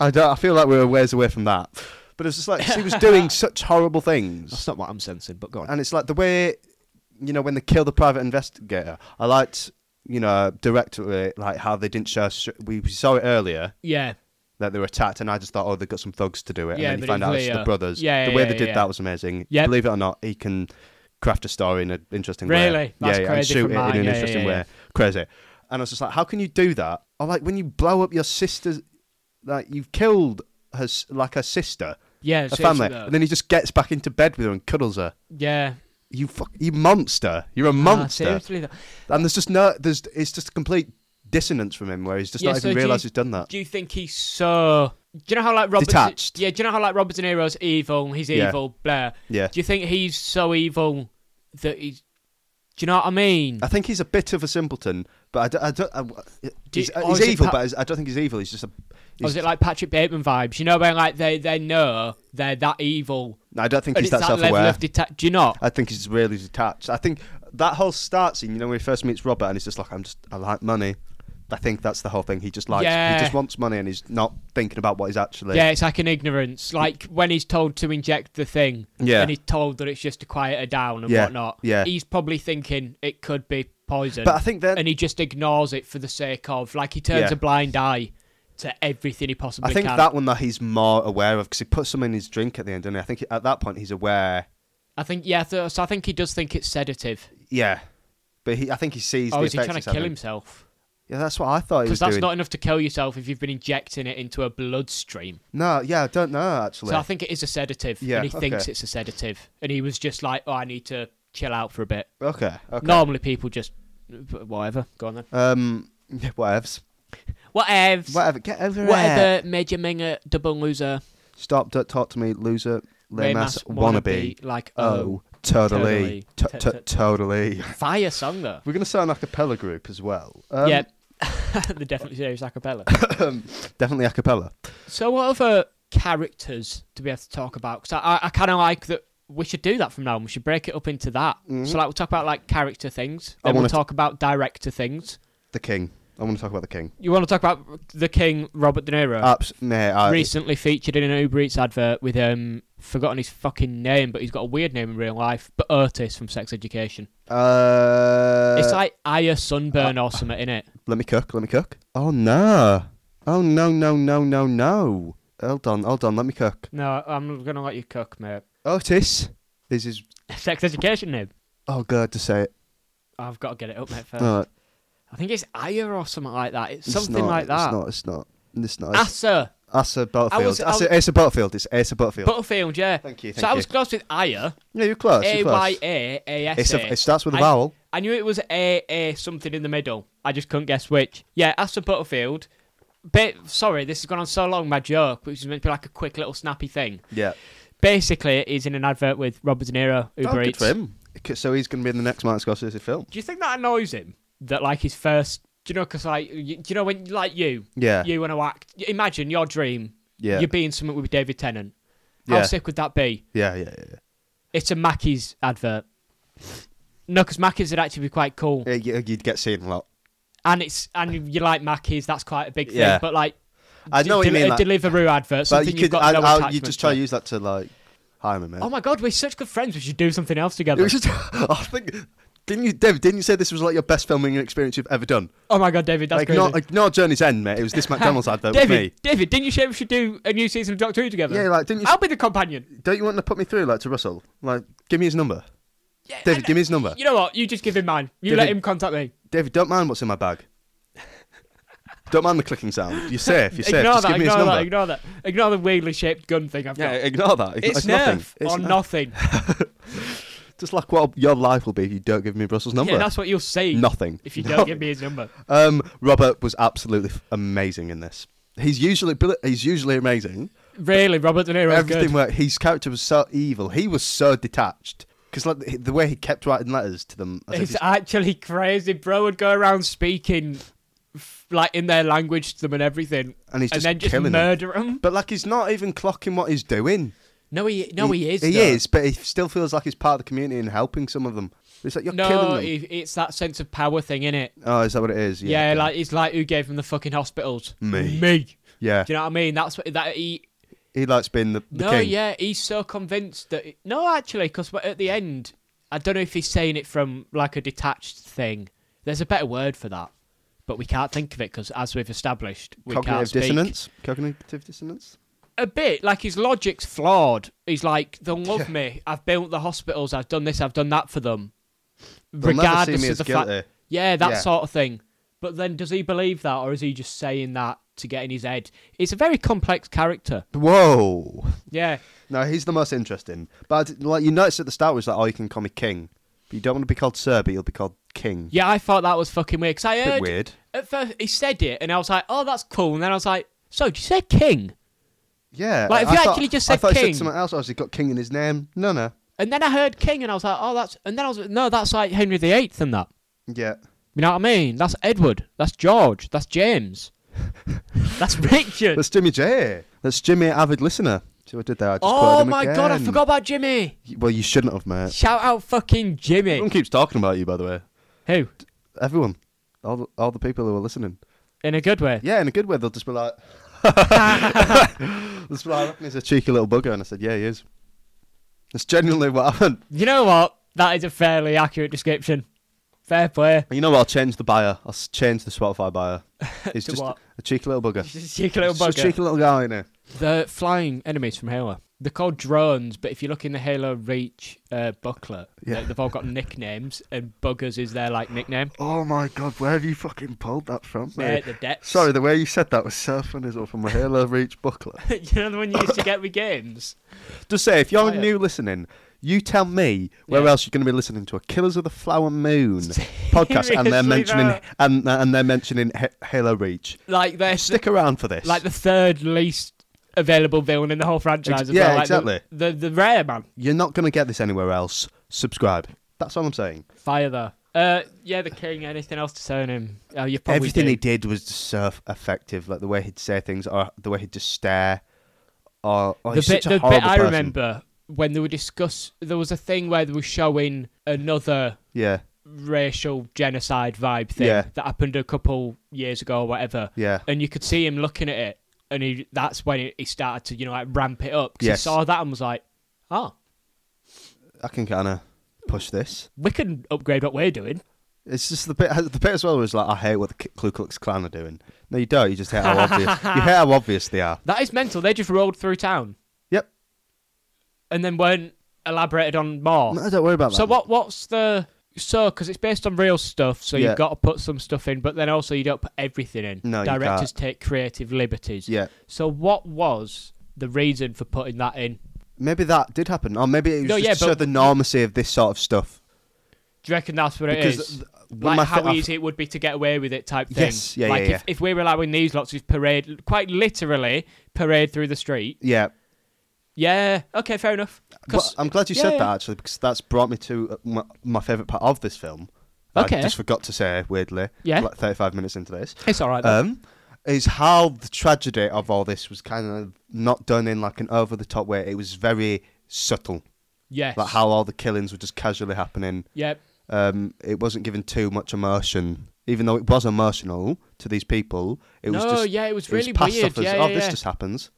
I don't. I feel like we're a ways away from that. But it's just like she was doing such horrible things,
not what I'm sensing, but go
and it's like the way, you know, when they kill the private investigator. I liked, you know, directly like how they didn't show. str- We we saw it earlier.
Yeah,
that they were attacked, and I just thought, oh, they got some thugs to do it.
Yeah,
and then you
but
find
it
out
was
it's the
Leo.
brothers.
Yeah,
the
yeah,
way
yeah,
they did
yeah.
that was amazing.
Yep.
Believe it or not, he can craft a story in an interesting way.
Really? That's
yeah, yeah,
crazy
and
from
shoot it in
mine.
an
Yeah,
interesting
yeah, yeah.
way. Crazy. And I was just like, how can you do that? Or like when you blow up your sister's, like you've killed her, s- like her sister,
yeah,
her
seriously
family,
though.
and then he just gets back into bed with her and cuddles her.
yeah,
You fuck, you monster. You're a
Ah,
monster.
seriously though.
and there's just no, there's, it's just complete dissonance from him where he's just
Yeah,
not
so
even
do you-
realised he's done that.
Do you think he's so? Do you know how like Robert?
Detached.
Yeah. Do you know how like Robert De Niro's evil? He's
Yeah.
evil. Blair.
yeah.
Do you think he's so evil that he's? Do you know what I mean?
I think he's a bit of a simpleton, but I don't. I don't I-
Do you-
he's uh,
or
he's
is it
evil,
pa-
but he's- I don't think he's evil. He's just a.
or
He's,
is it like Patrick Bateman vibes? You know when like they they know they're that evil,
I don't think
and
he's that,
it's that
self-aware.
level of detach. Do you not?
I think he's really detached. I think that whole start scene, you know, when he first meets Robert, and he's just like, "I'm just, I like money." I think that's the whole thing. He just likes,
Yeah.
he just wants money, and he's not thinking about what he's actually.
Yeah, it's like an ignorance. Like when he's told to inject the thing,
Yeah.
and he's told that it's just to quiet her down and
Yeah,
whatnot.
yeah.
He's probably thinking it could be poison.
But I think then
and he just ignores it for the sake of like he turns
Uh, Yeah.
a blind eye to everything he possibly
I think
can.
that one that he's more aware of because he puts some in his drink at the end, doesn't he? I think at that point he's aware.
I think yeah. So, so I think he does think it's sedative.
Yeah, but he, I think he sees.
Oh,
the
is he
effects
trying
it's
to kill
having.
himself?
Yeah, that's what I thought he
Because
was
that's
doing.
not enough to kill yourself if you've been injecting it into a bloodstream.
No, yeah, I don't know actually.
So I think it is a sedative,
Yeah,
and he thinks
okay.
it's a sedative, and he was just like, "Oh, I need to chill out for a bit."
okay, okay.
Normally, people just whatever. Go on then.
Um, yeah, whatevs.
Whatevs.
Whatever. Get over it.
Whatever. Major Minger, double loser.
Stop. Don't talk to me, loser. Lame
lame
ass
ass
wannabe.
Like oh,
Oh, totally,
totally.
To-
T-
to-
t-
totally.
fire song though.
We're gonna sound like a cappella group as well. Um,
yeah, the definitely serious acapella.
definitely a cappella.
so, what other characters do we have to talk about? Because I, I, I kind of like that we should do that from now on. We should break it up into that. So, like, we'll talk about like character things.
Mm-hmm. I
Then we'll
wanna t-
talk about director things.
The King. I want to talk about the King.
You want to talk about the King, Robert De Niro?
Abs- nah, I,
recently featured in an Uber Eats advert with um forgotten his fucking name, but he's got a weird name in real life. But Otis from Sex Education.
Uh,
it's like Aya Sunburn or something, in it.
let me cook. Let me cook. Oh no! Oh no! No! No! No! No! Hold on! Hold on! Let me cook.
No, I'm gonna let you cook, mate.
Otis. This is.
Sex Education name.
Oh god, to say it.
I've got to get it up, mate. First.
No,
I think it's Aya or something like that. It's,
it's
something
not,
like that.
It's not. It's not. It's not. It's,
Asa
Asa Butterfield.
I was- I
Asa,
was-
Asa Butterfield. It's Asa Butterfield.
Butterfield, yeah.
Thank you,
so
thank
I was
you.
close with Aya.
yeah, you're close.
A
You're close.
Y A A S
It's a,
A.
it starts with a
I-
vowel.
I knew it was A A something in the middle. I just couldn't guess which. Yeah, Asa Butterfield. Ba- sorry, this has gone on so long, my joke, which is meant to be like a quick little snappy thing.
Yeah.
Basically, he's in an advert with Robert De Niro, Uber
Oh, good
Eats.
for him. C- So he's going to be in the next Martin Scorsese film.
Do you think that annoys him? That, like, his first. Do you know, because, like, you, do you know when, like, you,
Yeah.
you want to act. Imagine your dream.
Yeah.
You're being something with David Tennant. How
Yeah.
sick would that be?
Yeah. Yeah. Yeah.
It's a Mackey's advert. No, because Mackey's would actually be quite cool,
yeah. You- You'd get seen a lot.
and it's and you- you like Mackey's. That's quite a big thing.
Yeah.
But like,
I know what you
del-
mean.
A
Like,
Deliveroo advert,
but
uh, something
you could.
have got
I,
no
I,
attachment
you just try
to.
to use that to like hire me, man.
Oh my god, we're such good friends. We should do something else
It
together.
was just. I think. Didn't you, Dave? Didn't you say this was like your best filming experience you've ever done?
oh my god, David, that's
like
crazy.
not, like not Journey's End, mate. It was this McDonald's advert with me.
David, David, didn't you say we should do a new season of Doctor Who together?
Yeah, like didn't you?
I'll be the companion.
Don't you want to put me through, like to Russell? Like, give me his number.
Yeah,
David,
and-
give me his number.
You know what? You just give him mine. You let
David-
him contact me.
David, don't mind what's in my bag. don't mind the clicking sound. You're safe. You're safe.
Ignore
Just
that.
give me his
Ignore
number.
that. Ignore that. Ignore the weirdly shaped gun thing I've
yeah,
got.
ignore that. Ign-
It's,
it's
Nerf
nothing. It's
or
no-
nothing.
Just like what your life will be if you don't give me Russell's number.
Yeah, that's what you'll see.
nothing.
If you don't give me his number.
Um, Robert was absolutely f- amazing in this. He's usually bri- he's usually amazing.
Really, Robert De Niro's
Everything
good.
worked. His character was so evil. He was so detached because like the, the way he kept writing letters to them. as if
It's
he's-
actually crazy. Bro would go around speaking f- like in their language to them and everything.
And he's just
then just
killing them.
murder them.
but like he's not even clocking what he's doing.
No, he no he, is.
He
though.
is, but he still feels like he's part of the community and helping some of them. It's like you're killing
No,
them.
he, it's that sense of power thing, in it?
Oh, is that what it is?
Yeah,
Yeah,
like it's like who gave him the fucking hospitals?
Me.
Me.
yeah.
Do you know what I mean? That's what that he.
He likes being the, the
No,
king.
yeah, he's so convinced that no, actually, because at the end, I don't know if he's saying it from like a detached thing. There's a better word for that, but we can't think of it because, as we've established, we can't
Cognitive
speak.
dissonance. Cognitive dissonance.
A bit like his logic's flawed. He's like, "They'll love me. I've built the hospitals. I've done this. I've done that for them."
They'll never see
regardless
me
of
as
the fact,
guilty.
yeah, that
Yeah.
sort of thing. But then, does he believe that, or is he just saying that to get in his head? It's a very complex character.
Whoa.
Yeah,
No, he's the most interesting. But I did- like you noticed at the start was like, oh, you can call me king, but you don't want to be called sir, but you'll be called king.
yeah. I thought that was fucking weird because I
Bit
heard
weird.
at first he said it, and I was like, "Oh, that's cool." And then I was like, "So, did you say king?"
Yeah.
Like, if
I
you
thought-
actually just
I
said
thought he
king.
said something else. I was he got king in his name. No, no.
And then I heard king, and I was like, "Oh, that's." And then I was, "No, that's like Henry VIII and that."
Yeah.
You know what I mean? That's Edward. That's George. That's James. that's Richard.
That's Jimmy J. That's Jimmy, avid listener. See what I did there? I just quoted
oh
him
my god, I
again.
forgot about Jimmy.
Well, you shouldn't have, mate.
Shout out fucking Jimmy.
Everyone keeps talking about you, by the way.
Who?
Everyone, all the, all the people who are listening.
In a good way.
Yeah, in a good way, they'll just be like, they'll just be like, "I reckon he's a cheeky little bugger," and I said, "Yeah, he is." That's genuinely what happened.
You know what? That is a fairly accurate description. Fair play.
And you know what? I'll change the buyer. I'll s- change the Spotify buyer. It's
To
just
what?
a cheeky little bugger.
Cheeky little
It's just a
bugger.
cheeky little guy in
The flying enemies from Halo. They're called drones, but if you look in the Halo Reach uh, booklet,
Yeah.
they- they've all got nicknames, and buggers is their like nickname.
Oh my god, where have you fucking pulled that from,
They're at the depths.
Sorry, the way you said that was so funny as well from a Halo Reach booklet.
you know the one you used to get with games.
Just say, if you're
Fire.
new listening, you tell me where
Oh, Yeah.
else you're going to be listening to a Killers of the Flower Moon podcast, and they're
Seriously,
mentioning
though.
and and they're mentioning H- Halo Reach.
Like they're
Stick around for this.
like the third least available villain in the whole franchise.
Ex-
as well,
yeah,
like the-
exactly.
The, the rare man.
You're not going to get this anywhere else. Subscribe. That's all I'm saying.
Fire though. Uh, yeah, the king. Anything else to say on him? Oh, you probably
Everything
do.
he did was just so effective. Like the way he'd say things, or the way he'd just stare. Or, or
the
he's
bit,
such a
the
horrible
bit I
person.
remember when they were discuss, there was a thing where they were showing another
Yeah,
racial genocide vibe thing
Yeah.
that happened a couple years ago or whatever,
yeah.
and you could see him looking at it, and he that's when he- he started to you know like ramp it up. 'cause
Yes.
He saw that and was like, oh,
I can kind of push this.
we can upgrade what we're doing.
It's just the bit. The bit as well was like, I hate what the K- Ku Klux Klan are doing. No, you don't. You just hate how obvious. You hate how obvious they are.
That is mental. They just rolled through town
Yep.
and then weren't elaborated on more.
No, don't worry about that.
So what? What's the so? Because it's based on real stuff, so
Yeah.
you've got to put some stuff in, but then also you don't put everything in.
No, you
directors take creative liberties.
Yeah,
So what was the reason for putting that in?
maybe that did happen, or maybe it was
No,
just
yeah,
to show
but-
the normacy of this sort of stuff.
Do you reckon that's what it is?
Because th- one of
like
my
how
fa- uh, I-
easy it would be to get away with it, type thing.
Yes, yeah,
like
yeah,
if,
yeah.
if we were allowing these lots of parade, quite literally parade through the street.
Yeah,
Yeah, okay, fair enough.
but
'Cause-
I'm glad you
yeah,
said
yeah.
that actually, because that's brought me to uh, my, my favorite part of this film. that I
Okay.
just forgot to say weirdly.
Yeah.
like 35 minutes into this.
it's all right. Though.
um, is how the tragedy of all this was kind of not done in like an over the top way. It was very subtle,
yes.
like how all the killings were just casually happening.
Yep.
Um, it wasn't given too much emotion, even though it was emotional to these people. It was
no,
just
yeah, it was
it was
really
passed
weird.
off as
yeah,
oh,
yeah,
this
yeah.
just happens.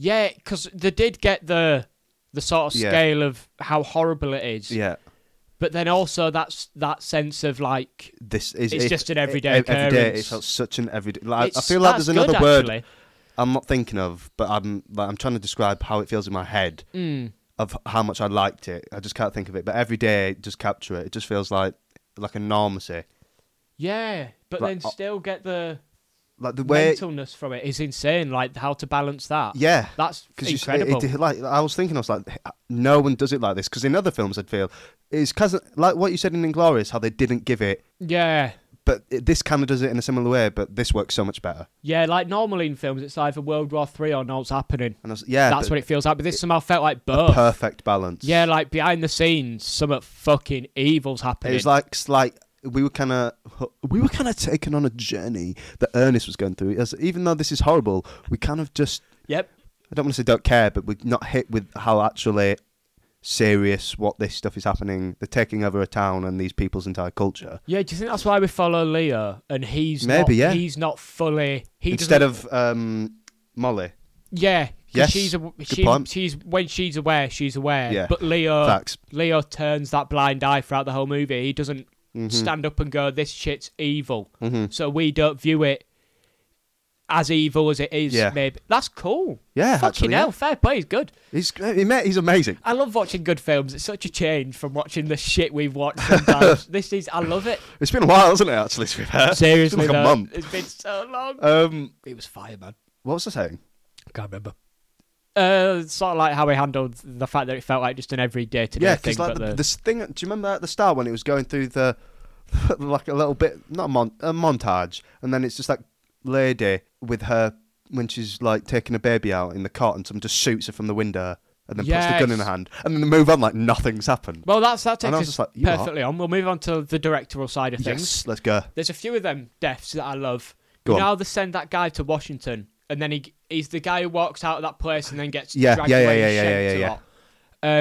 Yeah, because they did get the the sort of
Yeah.
scale of how horrible it is.
Yeah,
But then also that's that sense of like
this is
It's just an everyday
ev- Every day,
occurrence.
it's felt such an everyday. Like, I
it's-
feel like
that's
there's another
good,
word
actually.
I'm not thinking of, but I'm like I'm trying to describe how it feels in my head
Mm.
of how much I liked it. I just can't think of it. But every day, just capture it. It just feels like like enormity.
Yeah, but
Like, uh,
then still get the
Like the way,
mentalness from it is insane. Like how to balance that.
yeah.
that's
Because
incredible.
like I was thinking, I was like, no one does it like this. Because in other films, I'd feel it's because like what you said in Inglorious, how they didn't give it,
yeah,
but it, this kind of does it in a similar way. But this works so much better.
yeah. Like normally in films, it's either World War Three or No's happening.
And I was, yeah,
that's
but
what it feels like. But this somehow felt like
a
both.
perfect balance.
yeah, like behind the scenes, something fucking evil's
it
happening.
was like it's like we were kind of we were kind of taken on a journey that Ernest was going through. As, even though this is horrible, we kind of just
yep.
I don't want to say don't care, but we're not hit with how actually serious what this stuff is happening. They're taking over a town and these people's entire culture.
Yeah, do you think that's why we follow Leo and he's
Maybe,
not,
yeah.
he's not fully he
Instead
doesn't-
of um, Molly.
yeah 'cause
Yes,
she's a, she,
point.
she's when she's aware she's aware
Yeah,
but Leo
facts.
Leo turns that blind eye throughout the whole movie he doesn't
Mm-hmm.
stand up and go this shit's evil so we don't view it as evil as it is
Yeah.
maybe that's cool
Yeah,
fucking
actually, yeah.
hell fair play is good
He's he ma- he's amazing.
I love watching good films it's such a change from watching the shit we've watched sometimes this is I love it
It's been a while, hasn't it? Actually, to be fair. it's
seriously
been like
though,
a month.
it's been so long
Um,
it was fire man
what was I saying?
Can't remember. Uh, sort of like how we handled the fact that it felt like just an everyday to day
Yeah,
thing.
because like
but
the,
the,
this thing. Do you remember at the start when it was going through the like a little bit, not a, mon- a montage, and then it's just that lady with her when she's like taking a baby out in the cot, and someone just shoots her from the window, and then puts the gun in her
Yes.
hand, and then they move on like nothing's happened.
well, that's that
And I was
takes us
just like, you are-
perfectly on. We'll move on to the directorial side of things.
Yes, let's go.
There's a few of them deaths that I love.
Go
you
on.
know, how they send that guy to Washington, and then he he's the guy who walks out of that place and then gets
Yeah,
dragged
yeah, yeah,
away and
yeah, yeah,
shanked
yeah,
a
yeah.
lot.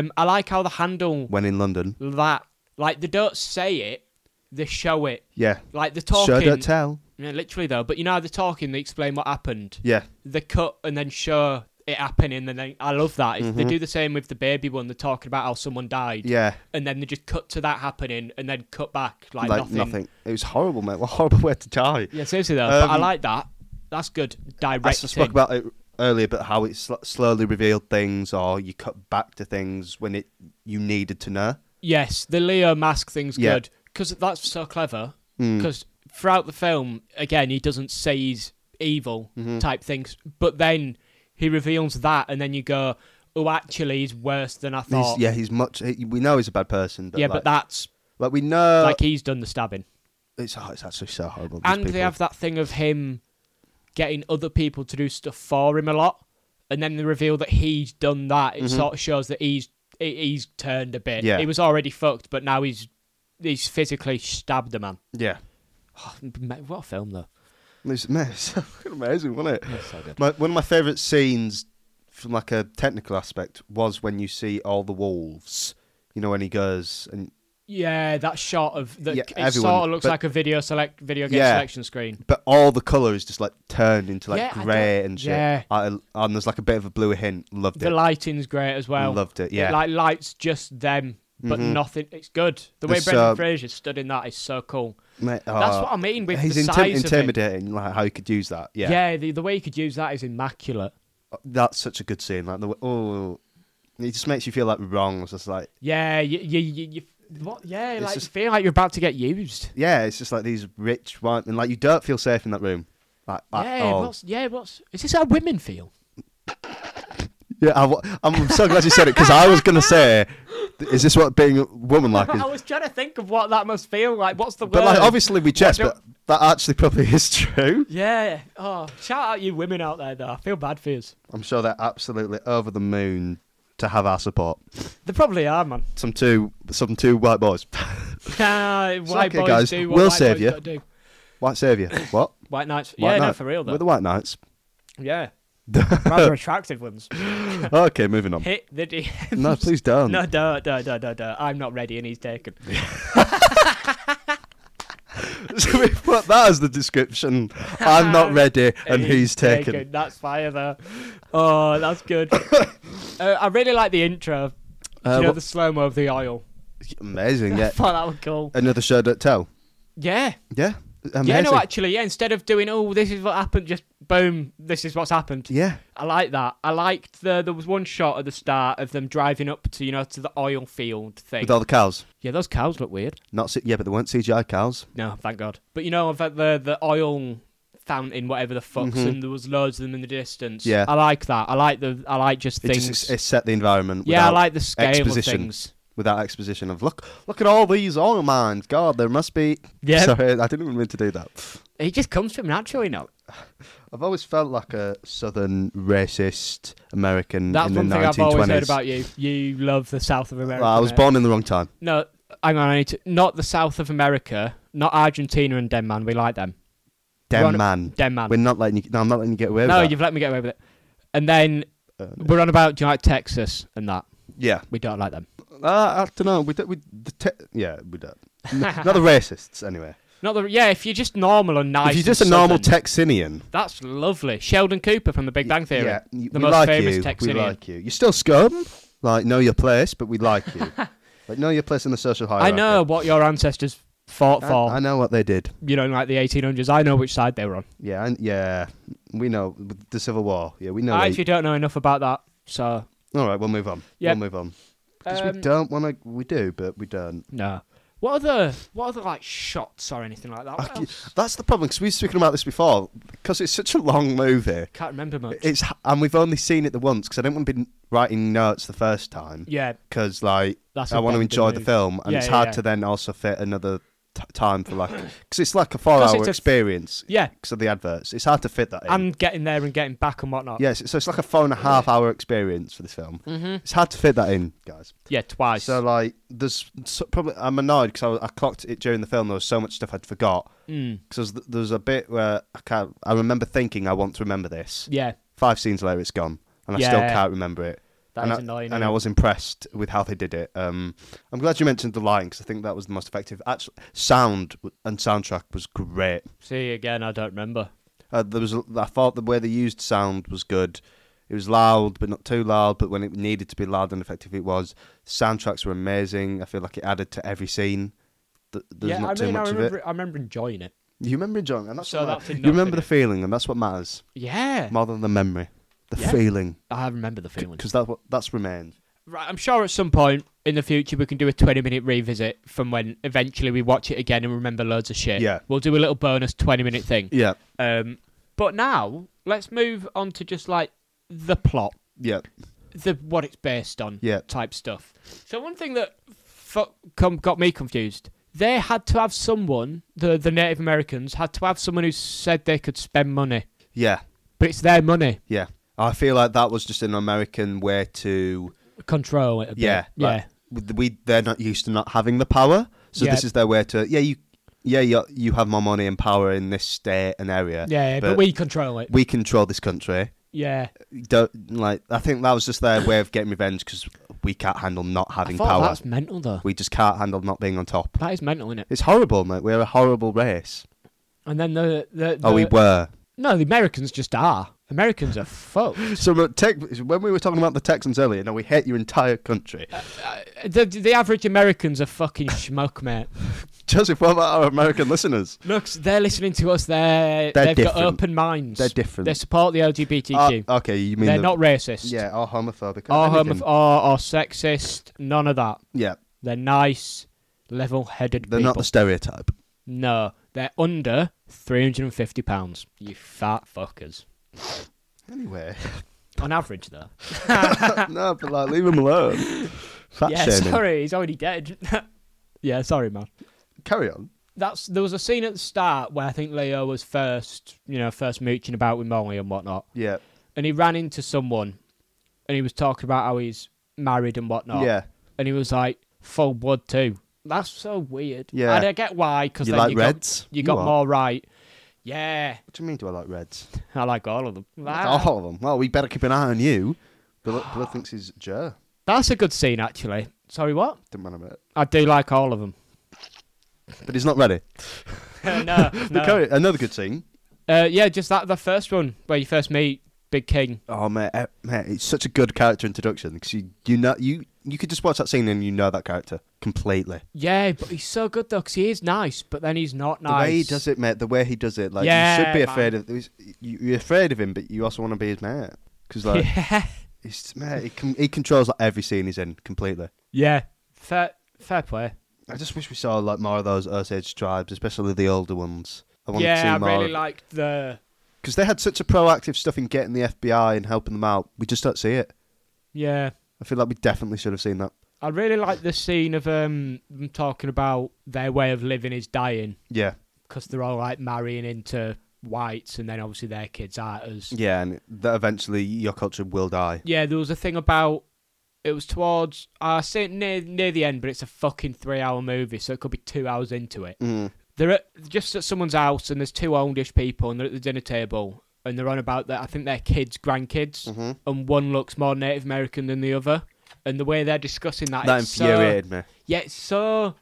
Um, I like how they handle
When in London,
that. Like they don't say it, they show it.
yeah.
Like they're
Show
talking,
don't tell.
yeah, literally though. But you know, how they're talking, they explain what happened.
Yeah,
the cut and then show it happening, and then I love that. It's- They
Mm-hmm.
do the same with the baby one. They're talking about how someone died,
Yeah,
and then they just cut to that happening, and then cut back like,
like,
nothing.
nothing. It was horrible, mate. What a horrible way to die.
Yeah, seriously though, but I
Um,
like that. That's good
I
directing.
spoke about it earlier, but how it sl- slowly revealed things, or you cut back to things when it you needed to know.
Yes, the Leo mask thing's
Yeah.
good. 'Cause good because that's so clever.
Mm.
Because throughout the film, again, he doesn't say he's evil
Mm-hmm.
type things, but then he reveals that, and then you go, "Oh, actually, he's worse than I
He's,
thought."
yeah, he's much. He, we know he's a bad person, but
Oh. yeah,
like, uh,
but that's
like we know,
like he's done the stabbing,
it's oh, it's actually so horrible. these
and they
people.
have that thing of him getting other people to do stuff for him a lot, and then they reveal that he's done that. It sort of shows that he's he- he's turned a bit.
Mm-hmm. Yeah.
he was already fucked, but now he's he's physically stabbed a man.
yeah.
Oh, ma- what a film though.
It's, mate, it's fucking amazing, wasn't it?
so good.
My, one of my favourite scenes from like a technical aspect was when you see all the wolves. You know when he goes and
Yeah, that shot of the
Yeah,
it
everyone,
sort of looks
but-
like a video select video game
Yeah.
selection screen.
but all the colour is just like turned into like
Yeah, I
grey
don't-
and shit.
yeah.
I, and there's like a bit of a blue hint. Loved
The
it.
lighting's great as well.
Loved it, yeah. Mm-hmm.
like lights just them, but nothing. It's good. The way
There's,
Brendan
uh,
Fraser stood in that is so cool.
Mate,
That's
oh,
what I mean with
he's
the
intim-
size of it.
intimidating. Like how he could use that. Yeah. Uh,
Yeah, the, the way you could use that is immaculate.
That's such a good scene. Like the way, oh, it just makes you feel like wrong. It's just like
Yeah, you, you, you, you what? Yeah,
It's
like
just-
you feel like you're about to get used.
yeah, it's just like these rich white and like you don't feel safe in that room. Like oh. at
yeah,
all.
what's yeah, what's is this how women feel?
Yeah, I, wa- I'm so glad you said it because I was gonna say, is this what being a woman like is?
I was trying to think of what that must feel like. What's the
But
word?
like, obviously we jest,
What
but that actually probably is true.
Yeah. Oh, shout out you women out there, though. I feel bad for yous.
I'm sure they're absolutely over the moon to have our support.
They probably are, man.
Some two, some two white boys.
Ah, white
okay,
boys
guys.
do what
We'll
white
save
boys
you.
gotta do.
White savior. What?
White knights.
White
yeah, no,
knight.
for real,
We're the
though.
white knights.
Yeah. Rather attractive ones.
okay, moving on.
Hit the D.
No, please don't.
no, duh, duh, duh, duh, duh. I'm not ready, and he's taken.
so we put that as the description. I'm not ready, and he's taken.
That's fire, though. Oh, that's good. uh, I really like the intro. Do
Uh,
you know
what-
the slow mo of the oil.
Amazing.
I
Yeah.
thought that was cool.
Another show don't tell.
Yeah.
Yeah. Amazing.
Yeah, no, actually, yeah. Instead of doing, oh, this is what happened, just boom, this is what's happened.
yeah.
I like that. I liked the there was one shot at the start of them driving up to you know to the oil field thing.
With all the cows.
yeah, those cows look weird.
Not C- yeah, but they weren't CGI cows.
No, thank God. But you know, I've had the the oil fountain, whatever the fucks,
Mhm.
and there was loads of them in the distance.
Yeah.
I like that. I like the I like just
It
things.
just ex- it set the environment.
yeah,
without,
I like the scale
exposition.
of things.
without exposition of look, look at all these oil mines. God, there must be.
Yeah.
Sorry, I didn't even mean to do that.
It just comes from naturally, no.
I've always felt like a southern racist American
That's
in the
one thing
1920s.
I've always heard about you. You love the South of America.
Well, I was
mate.
born in the wrong time.
No, hang on. I need to, not the South of America. Not Argentina and Denman. We like them. We're
Damn
on-
man.
Denman.
We're not letting you. No, I'm not letting you get away
No,
with that.
you've let me get away with it. And then
Uh,
we're on about do you like Texas and that.
Yeah.
We don't like them.
Uh, I don't know. We don't, we the te- yeah we don't. N- not the racists anyway.
Not the yeah. If you're just normal and nice,
if you're just a
and
normal
southern,
Texanian,
that's lovely. Sheldon Cooper from The Big Bang Theory,
Yeah, y-
the
we
most
like
famous
you.
Texan.
We like you. You're still scum. Like know your place, but we like you. like know your place in the social
I
hierarchy.
know what your ancestors fought
I,
for.
I know what they did.
you know, in like the 1800s. I know which side they were on.
Yeah, and yeah, we know the Civil War. Yeah, we know.
I
they-
actually don't know enough about that. So
All right, we'll move on.
Yeah.
We'll move on. 'Cause we
um,
don't want to. We do, but we don't.
no. What other what other like shots or anything like that? What
Okay,
else?
That's the problem because we were speaking about this before. Because it's such a long movie.
Can't remember much.
It's and we've only seen it the once because I didn't want to be writing notes the first time.
yeah,
because like
That's
I
a
want to
bender
enjoy the
move.
film, and
Yeah,
it's
yeah,
hard
yeah.
to then also fit another t- time for like because it's like a four-hour
it's a-
experience
yeah.
because of the adverts. It's hard to fit that in.
And getting there and getting back and whatnot.
yes, so it's like a four and a half hour experience for this film.
Mm-hmm.
It's hard to fit that in, guys.
Yeah, twice.
So like, there's so, probably I'm annoyed because I, I clocked it during the film. There was so much stuff I'd forgot
Mm.
because there's, there's a bit where I can't. I remember thinking I want to remember this.
Yeah,
Five scenes later, it's gone, and I still
Yeah.
can't remember it.
that
and
is
I,
annoying.
And
isn't
I
it?
was impressed with how they did it. Um, I'm glad you mentioned the line because I think that was the most effective. Actually, sound w- and soundtrack was great.
See again, I don't remember.
Uh, there was, a- I thought the way they used sound was good. It was loud, but not too loud. But when it needed to be loud and effective, it was. Soundtracks were amazing. I feel like it added to every scene. Th- There's
yeah,
not
I
too
mean,
much
I
of it.
remember, I remember enjoying it.
You remember enjoying, it, and that's
So
what
that's
matters.
enough,
you remember the
innit?
feeling, and that's what matters
Yeah,
more than the memory, the
Yeah.
feeling,
I remember the feeling.
because that's what that's remained.
Right, I'm sure at some point in the future we can do a 20 minute revisit from when eventually we watch it again and remember loads of shit.
Yeah.
we'll do a little bonus 20 minute thing.
Yeah,
Um, but now let's move on to just like the plot,
yeah,
the what it's based on,
Yeah.
type stuff. So one thing that fu- com- got me confused, they had to have someone, the the Native Americans had to have someone who said they could spend money,
yeah,
but it's their money.
yeah. I feel like that was just an American way to
Control it a bit.
yeah,
yeah.
like, with the- we they're not used to not having the power, so
Yeah.
this is their way to yeah you yeah you you have more money and power in this state and area.
yeah, yeah, but,
but-
we control it.
We control this country.
yeah,
Don't, like I think that was just their way of getting revenge because we can't handle not
I
having
thought
power.
that's mental though.
We just can't handle not being on top.
That is mental, is it?
It's horrible, mate. We're a horrible race.
And then the the, the
Oh, we were.
no, the Americans just are. Americans are fucked.
So but tech, when we were talking about the Texans earlier, no, we hate your entire country.
Uh, the, the average Americans are fucking schmuck, mate.
Joseph, what about our American listeners?
Look, they're listening to us. They're,
They're
they've got
different.
open minds.
They're different.
They support the LGBTQ.
Ah, okay, you mean
they're
the-
not racist.
Yeah, or homophobic.
Or,
anything.
homoph- or, or sexist. None of that.
Yeah,
They're nice, level-headed
they're
people.
not the stereotype.
no, they're under three hundred and fifty pounds. You fat fuckers.
Anyway,
On average, though.
no, but like, leave them alone. Fat
yeah,
shaming.
sorry, he's already dead. yeah, sorry, man.
Carry on.
that's there was a scene at the start where I think Leo was first, you know, first mooching about with Molly and whatnot,
Yeah,
and he ran into someone, and he was talking about how he's married and whatnot.
yeah.
and he was like full blood too. That's so weird.
Yeah.
and I get why because
You
then
like
you
reds?
got you
You
got
are.
more right. Yeah,
What do you mean? Do I like reds?
I like all of them. Ah.
All of them. Well, we better keep an eye on you. Bill, Bill thinks he's Jer.
That's a good scene actually. Sorry, what?
Didn't matter about it.
I do like all of them.
But he's not ready.
no, no.
But carry- another good scene.
Uh, yeah, just that the first one where you first meet Big King.
Oh mate, eh, mate, it's such a good character introduction because you, you know you you could just watch that scene and you know that character completely.
Yeah, but he's so good though because he is nice, but then he's not
The
nice.
way he does it, mate, the way he does it, like you should
Yeah,
be
man.
afraid of. he's- you- You're afraid of him, but you also want to be his mate because like
yeah.
he's mate, he, com- he controls like every scene he's in completely.
yeah. Fair, fair play.
I just wish we saw like more of those Osage tribes, especially the older ones. I want to see
Yeah, I
more
really liked the.
because they had such a proactive stuff in getting the FBI and helping them out. We just don't see it.
Yeah,
I feel like we definitely should have seen that.
I really like the scene of um them talking about their way of living is dying
Yeah,
because they're all like marrying into whites, and then obviously their kids are us. Yeah.
yeah, and that eventually your culture will die.
there was a thing about it was towards I say it near near the end, but it's a fucking three-hour movie, so it could be two hours into it.
Mm.
they're at, just at someone's house and there's two oldish people and they're at the dinner table and they're on about that I think they're kids, grandkids,
Mhm.
and one looks more Native American than the other. And the way they're discussing that,
That
it's
infuriated me.
So, yeah, it's so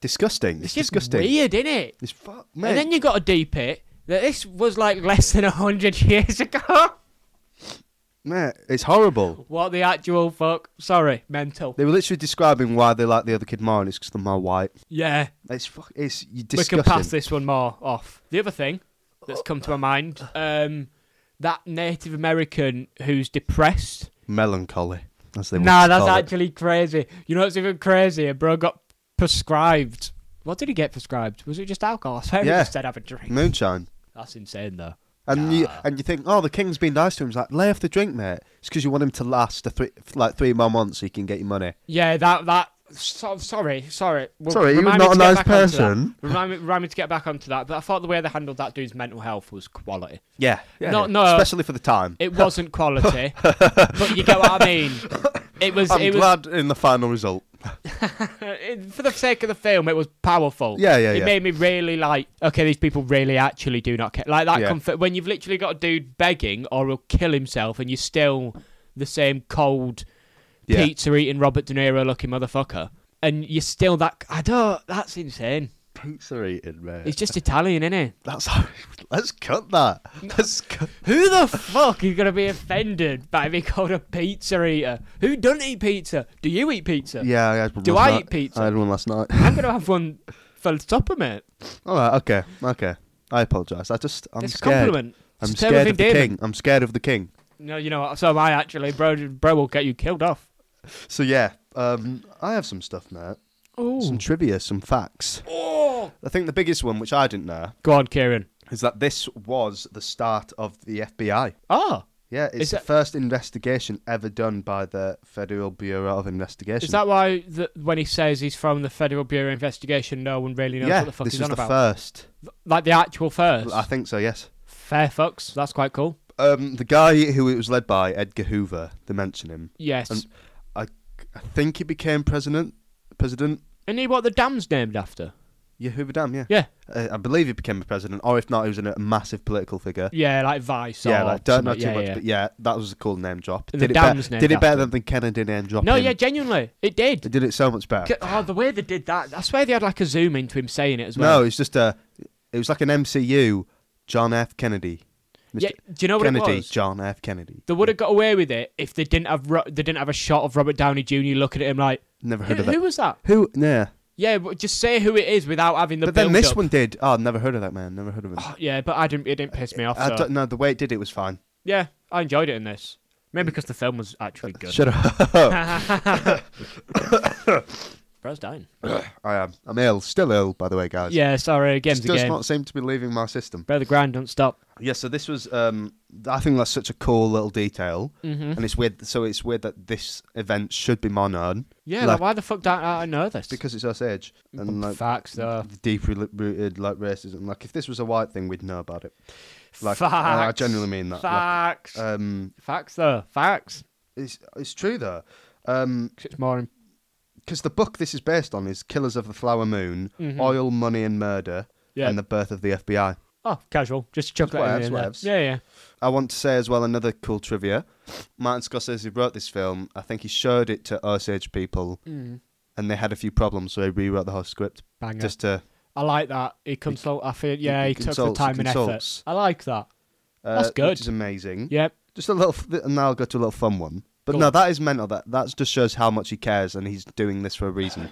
Disgusting. It's,
it's, just
disgusting.
weird, isn't it?
It's fuck,
And then you got to deep it that this was like less than hundred years ago.
Mate, it's horrible.
what the actual fuck? Sorry, mental.
They were literally describing why they like the other kid more, and it's because they're more white.
Yeah,
It's fuck. It's you disgusting.
we can pass this one more off. The other thing that's come to my mind, um, that Native American who's depressed.
Melancholy. As they
Nah,
would
that's
call it.
actually crazy. You know what's even crazier? Bro got prescribed. What did he get prescribed? Was it just alcohol? I swear
Yeah.
he just said have a drink.
moonshine.
That's insane though.
And you
Nah.
and you think, oh, the king's been nice to him. He's like, lay off the drink, mate. It's because you want him to last a three, like three more months so you can get your money.
Yeah, that that. So, sorry, sorry. Well,
Sorry, you're
remind me
not a
to get
nice
back onto that.
person.
Remind me, remind me to get back onto that. But I thought the way they handled that dude's mental health was quality.
Yeah. yeah.
No, no.
Especially for the time.
It wasn't quality, but you get what I mean. It was.
I'm
it was
glad in the final result.
it- for the sake of the film, it was powerful.
Yeah, yeah,
It
yeah.
made me really like, okay, these people really actually do not care. Like that
Yeah.
comfort when you've literally got a dude begging or he'll kill himself, and you're still the same cold
Yeah.
pizza eating Robert De Niro looking motherfucker, and you're still that. I don't. That's insane.
pizza eating, mate.
He's just Italian, innit?
That's how. Let's cut that. Let's cut.
Who the fuck is gonna be offended by being called a pizza eater? Who doesn't eat pizza? Do you eat pizza?
Yeah, I had one
Do
last
I
night.
eat pizza?
I had one last night.
I'm gonna have one for the top of it.
All right. Okay. Okay. I apologise. I just I'm
it's a
scared.
compliment.
I'm
It's a term
scared of the
endearment.
king. I'm scared of the king.
No, you know what? So am I actually, bro. Bro will get you killed off.
So yeah, um, I have some stuff, mate. Some
Oh.
trivia, some facts.
oh.
I think the biggest one, which I didn't know,
Go on, Kieran.
is that this was the start of the FBI.
Oh,
Yeah, it's
Is
the
that-
first investigation ever done by the Federal Bureau of Investigation.
is that why the, when he says he's from the Federal Bureau of Investigation, no one really knows
yeah,
what the fuck
this
he's
was
on
the
about?
first.
like the actual first.
I think so. Yes.
Fair fucks. That's quite cool.
Um, the guy who it was led by, Edgar Hoover, they mention him.
Yes.
And- I think he became president. President.
Isn't he what the dam's named after?
Yeah, Hoover Dam. Yeah.
Yeah.
Uh, I believe he became a president, or if not, he was a massive political figure.
Yeah, like Vice.
yeah,
or
like, don't know too
something. yeah,
much,
yeah.
but yeah, that was a cool name drop.
And
did
the
it better,
dam's named
did it
after
better than Kennedy name drop?
No,
him.
yeah, genuinely, it
They
did.
did it so much better.
G- Oh, the way they did that, I swear they had like a zoom into him saying it as well.
No, it's just a. It was like an MCU, John F. Kennedy. Mr.
yeah, do you know what
Kennedy,
it was?
John F. Kennedy.
They would have got away with it if they didn't have Ro- they didn't have a shot of Robert Downey Jr. looking at him like,
Never
who,
heard of that.
who was that?
Who? Yeah.
Yeah, but just say who it is without having the.
But then this
build-up.
one did. Oh, I've never heard of that man. Never heard of him.
Oh, yeah, but I didn't. It didn't piss me off.
I
so-
don't, no, the way it did it was fine.
Yeah, I enjoyed it in this. Maybe because the film was actually good.
Shut up.
Bro's dying.
I am. I'm ill. Still ill, by the way, guys.
Yeah, sorry. Game's
It
the
does
game.
not seem to be leaving my system.
Bro, the grind don't stop.
Yeah, so this was. Um, I think that's such a cool little detail,
Mm-hmm.
and it's weird. So it's weird that this event should be more known
Yeah,
Like-
like, why the fuck don't I I know this?
because it's Osage and like
facts though.
deep rooted like racism. Like if this was a white thing, we'd know about it. Like,
facts.
I genuinely mean that. Like,
Facts.
um,
facts though. Facts.
it's it's true though, because
'Cause It's more. im-
the book this is based on is Killers of the Flower Moon,
Mhm.
Oil, Money and Murder,
Yeah.
and the birth of the FBI.
oh, casual. Just chuck
It's
that
whatevs,
in there.
whatevs.
Yeah, yeah.
I want to say as well another cool trivia. Martin Scorsese wrote this film. I think he showed it to Osage people,
Mm.
and they had a few problems, so he rewrote the whole script
Banger.
just to.
I like that. He consult. I feel. Yeah,
he
he, took the
consults, he
time and
consults.
effort. I like that.
Uh,
That's good.
Which is amazing.
Yep.
Just a little, f- and now I'll go to a little fun one. But
Go
no,
on.
that is mental. That that just shows how much he cares, and he's doing this for a reason.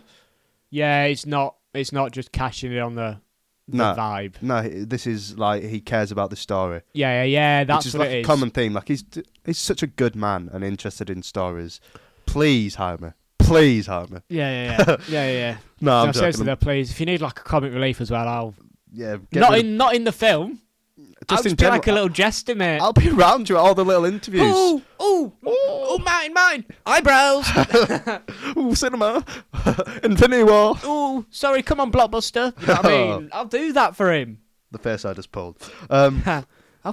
Yeah, it's not. It's not just cashing it on the, the
No.
vibe.
No, he- this is like he cares about the story.
Yeah, yeah, yeah. That's
which is
what
like
it
a
is.
common theme. Like he's he's such a good man and interested in stories. Please hire me. Please hire me.
Yeah, yeah, yeah, yeah, yeah. yeah.
No, I'm
no,
joking.
seriously though, please. If you need like a comic relief as well, I'll
yeah,
not
rid of-
in not in the film. I'll
just
just
in
be
general.
like a little jester, mate.
I'll be around you at all the little interviews.
Oh, oh, oh, mine, mine. Eyebrows.
Ooh, cinema, Infinity War.
oh, sorry, come on, Blockbuster. You know what I mean? I'll do that for him.
The face I just pulled. Um,
Ha.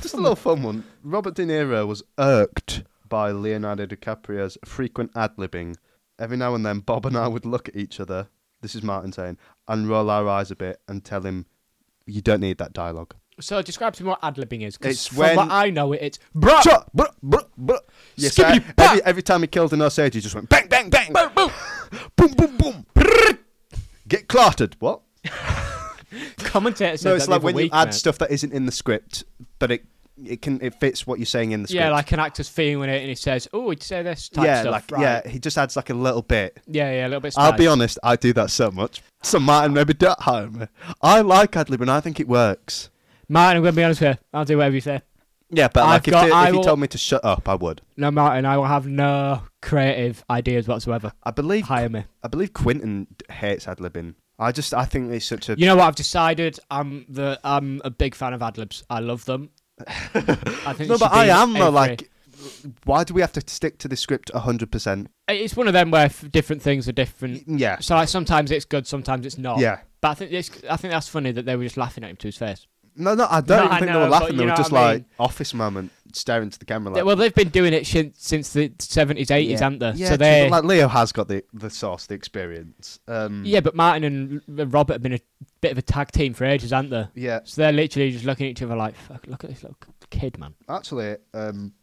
just a little fun one. Robert De Niro was irked by Leonardo DiCaprio's frequent ad libbing. Every now and then, Bob and I would look at each other. This is Martin saying, and roll our eyes a bit and tell him, "You don't need that dialogue."
so describe to me what ad-libbing is,
It's
because from
when-
what I know it, it's... Bruh!
Shut up, bruh, bruh, bruh. Yes,
Skibbity
sir.
bap.
every, every time he killed an Osage, he just went bang, bang, bang,
Boom, boom.
boom, boom, boom. Brrrr. Get clarted. What?
Commentator said
No, it's
that the
like
other
when
week,
you add
mate.
stuff that isn't in the script, but it it can it fits what you're saying in the script.
Yeah, like an actor's feeling it and he says, oh, he'd say this type
yeah,
stuff.
like
right.
yeah. He just adds like a little bit.
yeah, yeah, a little bit
I'll be
spice.
honest, I do that so much. So Martin maybe don't hire me. I like Adlib and I think it works.
Martin, I'm going to be honest with you. I'll do whatever you say.
Yeah, but
I've
like if,
got-
they-
I
if you
will-
told me to shut up, I would.
No, Martin, I will have no creative ideas whatsoever.
I believe
Hire me.
I believe Quentin hates Adlibbing. I just I think it's such a
You know what? I've decided. I'm the I'm a big fan of adlibs. I love them. I think
No,
it should
but I
be
am though.
every-
Like, why do we have to stick to the script hundred percent? Mm,
it's one of them where f- different things are different.
Yeah,
So like sometimes it's good, sometimes it's not.
yeah.
But I think it's, I think that's funny that they were just laughing at him to his face.
No, no, I don't
No,
even
I
think
know,
they were
but
laughing. They
you
were
know
just
what I
like office moment, staring to the camera. Like,
well, they've been doing it since since the seventies,
yeah.
eighties, haven't they?
Yeah, true, but,
so they.
like Leo has got the the source, the experience. Um,
yeah, but Martin and R- Robert have been a bit of a tag team for ages, haven't they?
yeah.
So they're literally just looking at each other like, "Fuck, look at this little kid, man."
Actually, um,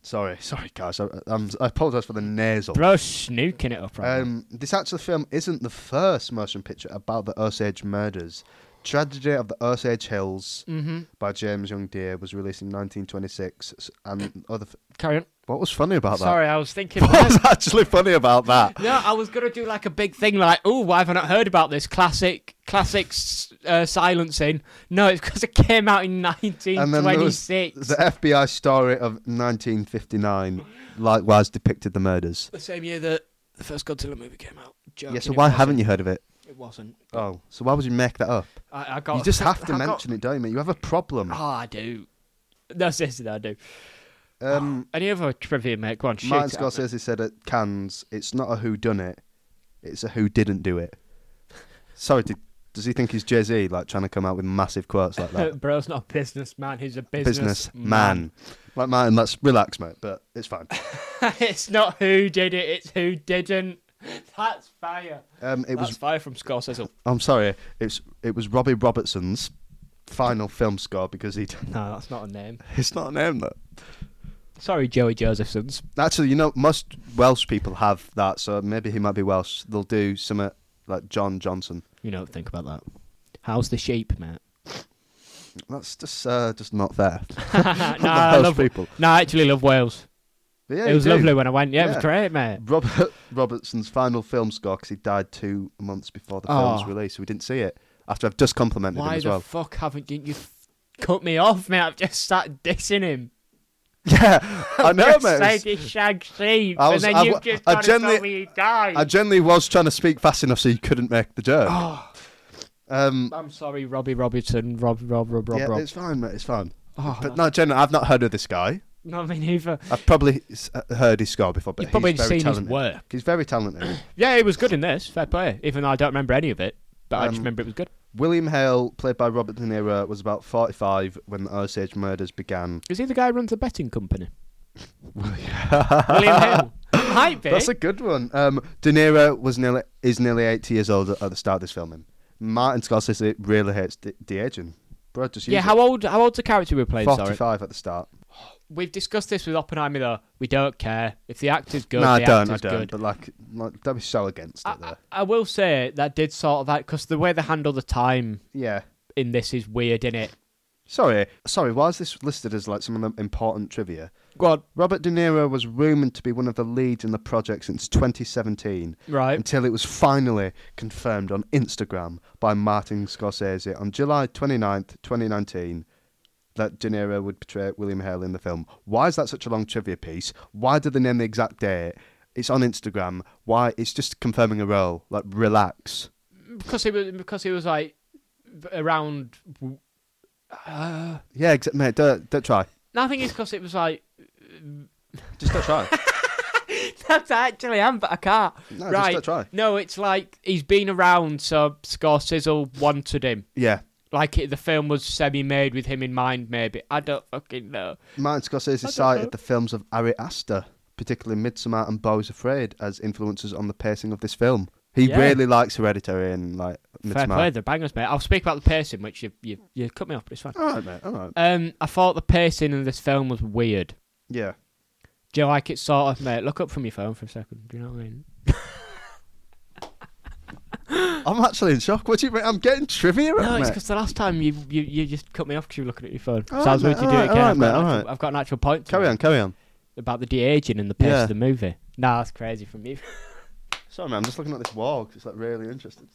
Sorry, sorry, guys. I, I'm, I apologize for the nasal.
Bro, snooking it up right now.
Um, this actual film isn't the first motion picture about the Osage murders. Tragedy of the Osage Hills
Mm-hmm.
by James Young Deere was released in 1926. s- And other f-
Carry on.
what was funny about that?
Sorry, I was thinking.
What was actually funny about that?
No, I was gonna do like a big thing, like, oh, why have I not heard about this classic, classic s- uh, silencing? No, it's because it came out in
And then there was the
1926.
FBI story of 1959 likewise depicted the murders.
the same year that the first Godzilla movie came out.
Yeah, so why haven't you heard of it?
It wasn't.
Oh, so why would you make that up?
I, I got.
You just have to
I got-
mention it, don't you? mate? You have a problem.
Oh, I do. That's this that I do.
Um,
Any other trivia, mate? Go on, shoot.
Martin
it at me.
Scorsese said at Cannes, "It's not a who done it, it's a who didn't do it." Sorry, did, does he think he's Jay Z, like trying to come out with massive quotes like that?
Bro's not a businessman. He's a business,
Business man, like Martin, let's relax, mate. But it's fine.
it's not who did it. It's who didn't. That's fire.
Um, it
That's
was.
fire from Scorsese.
I'm sorry. It's it was Robbie Robertson's final film score because he.
No, that's not a name.
It's not a name though.
Sorry, Joey Josephson's.
Actually, you know, most Welsh people have that, so maybe he might be Welsh. They'll do some uh, like John Johnson.
You don't think about that. How's the sheep, mate?
That's just uh, just not fair.
nah,
The
I
Welsh
love.
people.
Nah, I actually love Wales.
But yeah,
it
you
was
do.
lovely when I went. Yeah, it
Yeah.
was great, mate.
Robert Robertson's final film score because he died two months before the
Oh.
film's release. We didn't see it after I've just complimented him
Why
as
the
well.
fuck haven't you, you f- cut me off, mate? I've just started dissing him.
yeah, I know,
Just
mate.
said
It's-
he shagged sheep,
I was-
and then
I
you've
w-
just
I
gone and
generally-
told me he died.
I generally was trying to speak fast enough so you couldn't make the joke.
Oh,
um,
I'm sorry, Robbie Robertson. Rob, Rob, Rob, Rob,
yeah,
Rob.
it's fine, mate. It's fine.
Oh,
but no, generally, I've not heard of this guy.
Not me neither.
I've probably s- uh, heard his score before, but
You've probably
he's very
seen
talented.
his work.
He's very talented.
Yeah, he was good in this. Fair play. Even though I don't remember any of it, but I just
Um,
remember it was good.
William Hale, played by Robert De Niro, was about 45 when the Osage murders began.
Is he the guy who runs the betting company? William Hill. Might be.
That's a good one. Um, De Niro was nearly is nearly eighty years old at the start of this filming. Martin Scorsese really hates de- de-aging. Bro, just use
yeah,
it.
how old? How old's the character we're playing? Sorry,
forty-five at the start.
we've discussed this with Oppenheimer. Though we don't care if the actor's good.
no, I
the
don't. I
actor's
don't.
good.
But like, like, don't be so against
I,
it. There.
I- I will say that did sort of that because the way they handle the time
Yeah.
in this is weird, in it.
Sorry, sorry. Why is this listed as like some of the important trivia?
Go on,
Robert De Niro was rumored to be one of the leads in the project since 2017,
right?
until it was finally confirmed on Instagram by Martin Scorsese on July 29th, 2019, that De Niro would portray William Hale in the film. Why is that such a long trivia piece? Why did they name the exact date? It's on Instagram. Why? It's just confirming a role. Like, relax.
Because he was because he was like b- around. Uh,
Yeah, exa- mate, don't, don't try.
no, I think it's because it was like
Just don't try.
that's actually am, but I can't.
No, just
right?
don't try.
No, it's like he's been around, so Scorsese wanted him.
Yeah.
Like it, the film was semi-made with him in mind, maybe. I don't fucking know.
Martin Scorsese
don't know.
cited the films of Ari Aster, particularly Midsommar and Bo is Afraid, as influences on the pacing of this film. He
Yeah.
really likes Hereditary and like
Fair play,
Midsommar.
the bangers, mate. I'll speak about the pacing, which you you, you cut me off, but it's fine.
All right, mate. All right.
Um, I thought the pacing in this film was weird.
Yeah.
Do you like it sort of, mate? Look up from your phone for a second. Do you know what I mean?
I'm actually in shock. What do you mean? I'm getting trivia,
No, it's
mate.
because the last time you, you, you just cut me off because you were looking at your phone.
All
Sounds
right,
weird to do
mate,
it again.
all right,
I've, got an
mate, all
actual,
right.
I've got an actual point. to
Carry
make
on, carry on.
About the de-aging and the pace
Yeah.
of the movie. Nah, that's crazy from you.
Sorry, man. I'm just looking at this wall 'cause it's like really interesting.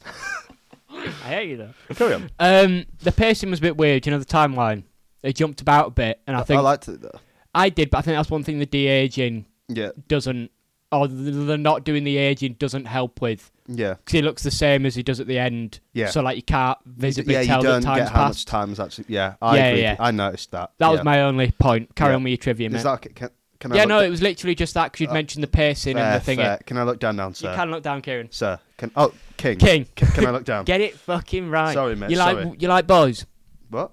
I hate you, though.
carry on.
Um, the pacing was a bit weird. You know, the timeline. It jumped about a bit. And I think
I liked it. Though.
I did, but I think that's one thing the de-aging
Yeah.
doesn't... Or the the not doing the aging doesn't help with.
Yeah.
because he looks the same as he does at the end.
Yeah.
So like you can't visibly
yeah,
tell
you
that
don't
time's
get how much
passed.
time's actually. Yeah, I
Yeah,
agree.
yeah.
I noticed that.
That was
Yeah.
my only point. Carry
Yeah.
on with your trivia, mate.
Is that, can, can I
yeah,
look
no,
da-
it was literally just that because you'd
Uh,
mentioned the pacing and
fair,
the thing.
fair. Can I look down, down,
You
sir?
can look down, Kieran.
Sir, can oh King?
King,
Can, can I look down?
get it fucking right.
Sorry, mate,
You
sorry.
like you like boys?
What?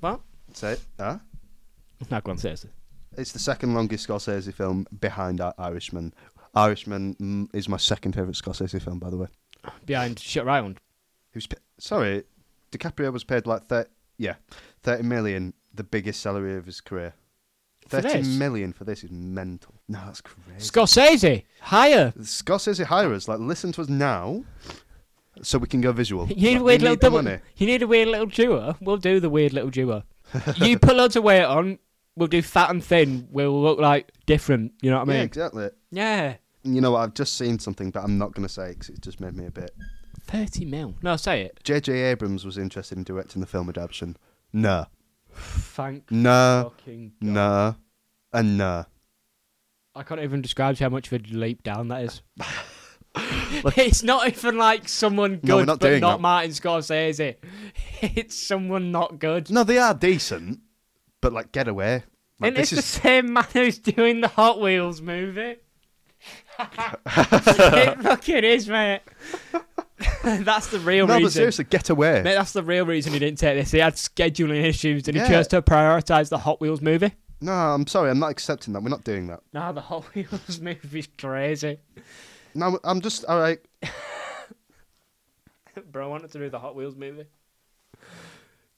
What?
Say it. Huh?
No, go on, say it, sir.
It's the second longest Scorsese film behind Ir- Irishman. Irishman mm, is my second favourite Scorsese film, by the way.
Behind shut round.
He was pa- sorry, DiCaprio was paid like thirty, yeah, thirty million, the biggest salary of his career.
for
Thirty million
this?
for this is mental. No, that's crazy.
Scorsese, hire.
Scott says he hire us. Like, listen to us now, so we can go visual.
You need
Like,
a
we
weird little
the
double.
money.
You need a weird little duo. We'll do the weird little duo. you put loads of weight on. We'll do fat and thin. We'll look like different. You know what I
yeah,
mean?
exactly.
Yeah.
You know what? I've just seen something that I'm not going to say because it just made me a bit.
Thirty mil. No, say it.
J.J. Abrams was interested in directing the film Adaption. No,
Thank
no,
fucking God.
no, and no.
I can't even describe how much of a leap down that is. it's not even like someone good,
No, we're not
but
doing
not
that.
Martin Scorsese. It's someone not good.
No, they are decent, but like Get Away. Like,
and
this
it's the
is
same man who's doing the Hot Wheels movie. it fucking is, mate. that's the real
no,
reason.
but seriously, Get Away.
Mate, that's the real reason he didn't take this. He had scheduling issues and
Yeah.
he chose to prioritise the Hot Wheels movie.
No, I'm sorry, I'm not accepting that. We're not doing that.
Nah, the Hot Wheels movie's crazy.
No, I'm just all right.
Bro, I wanted to do the Hot Wheels movie.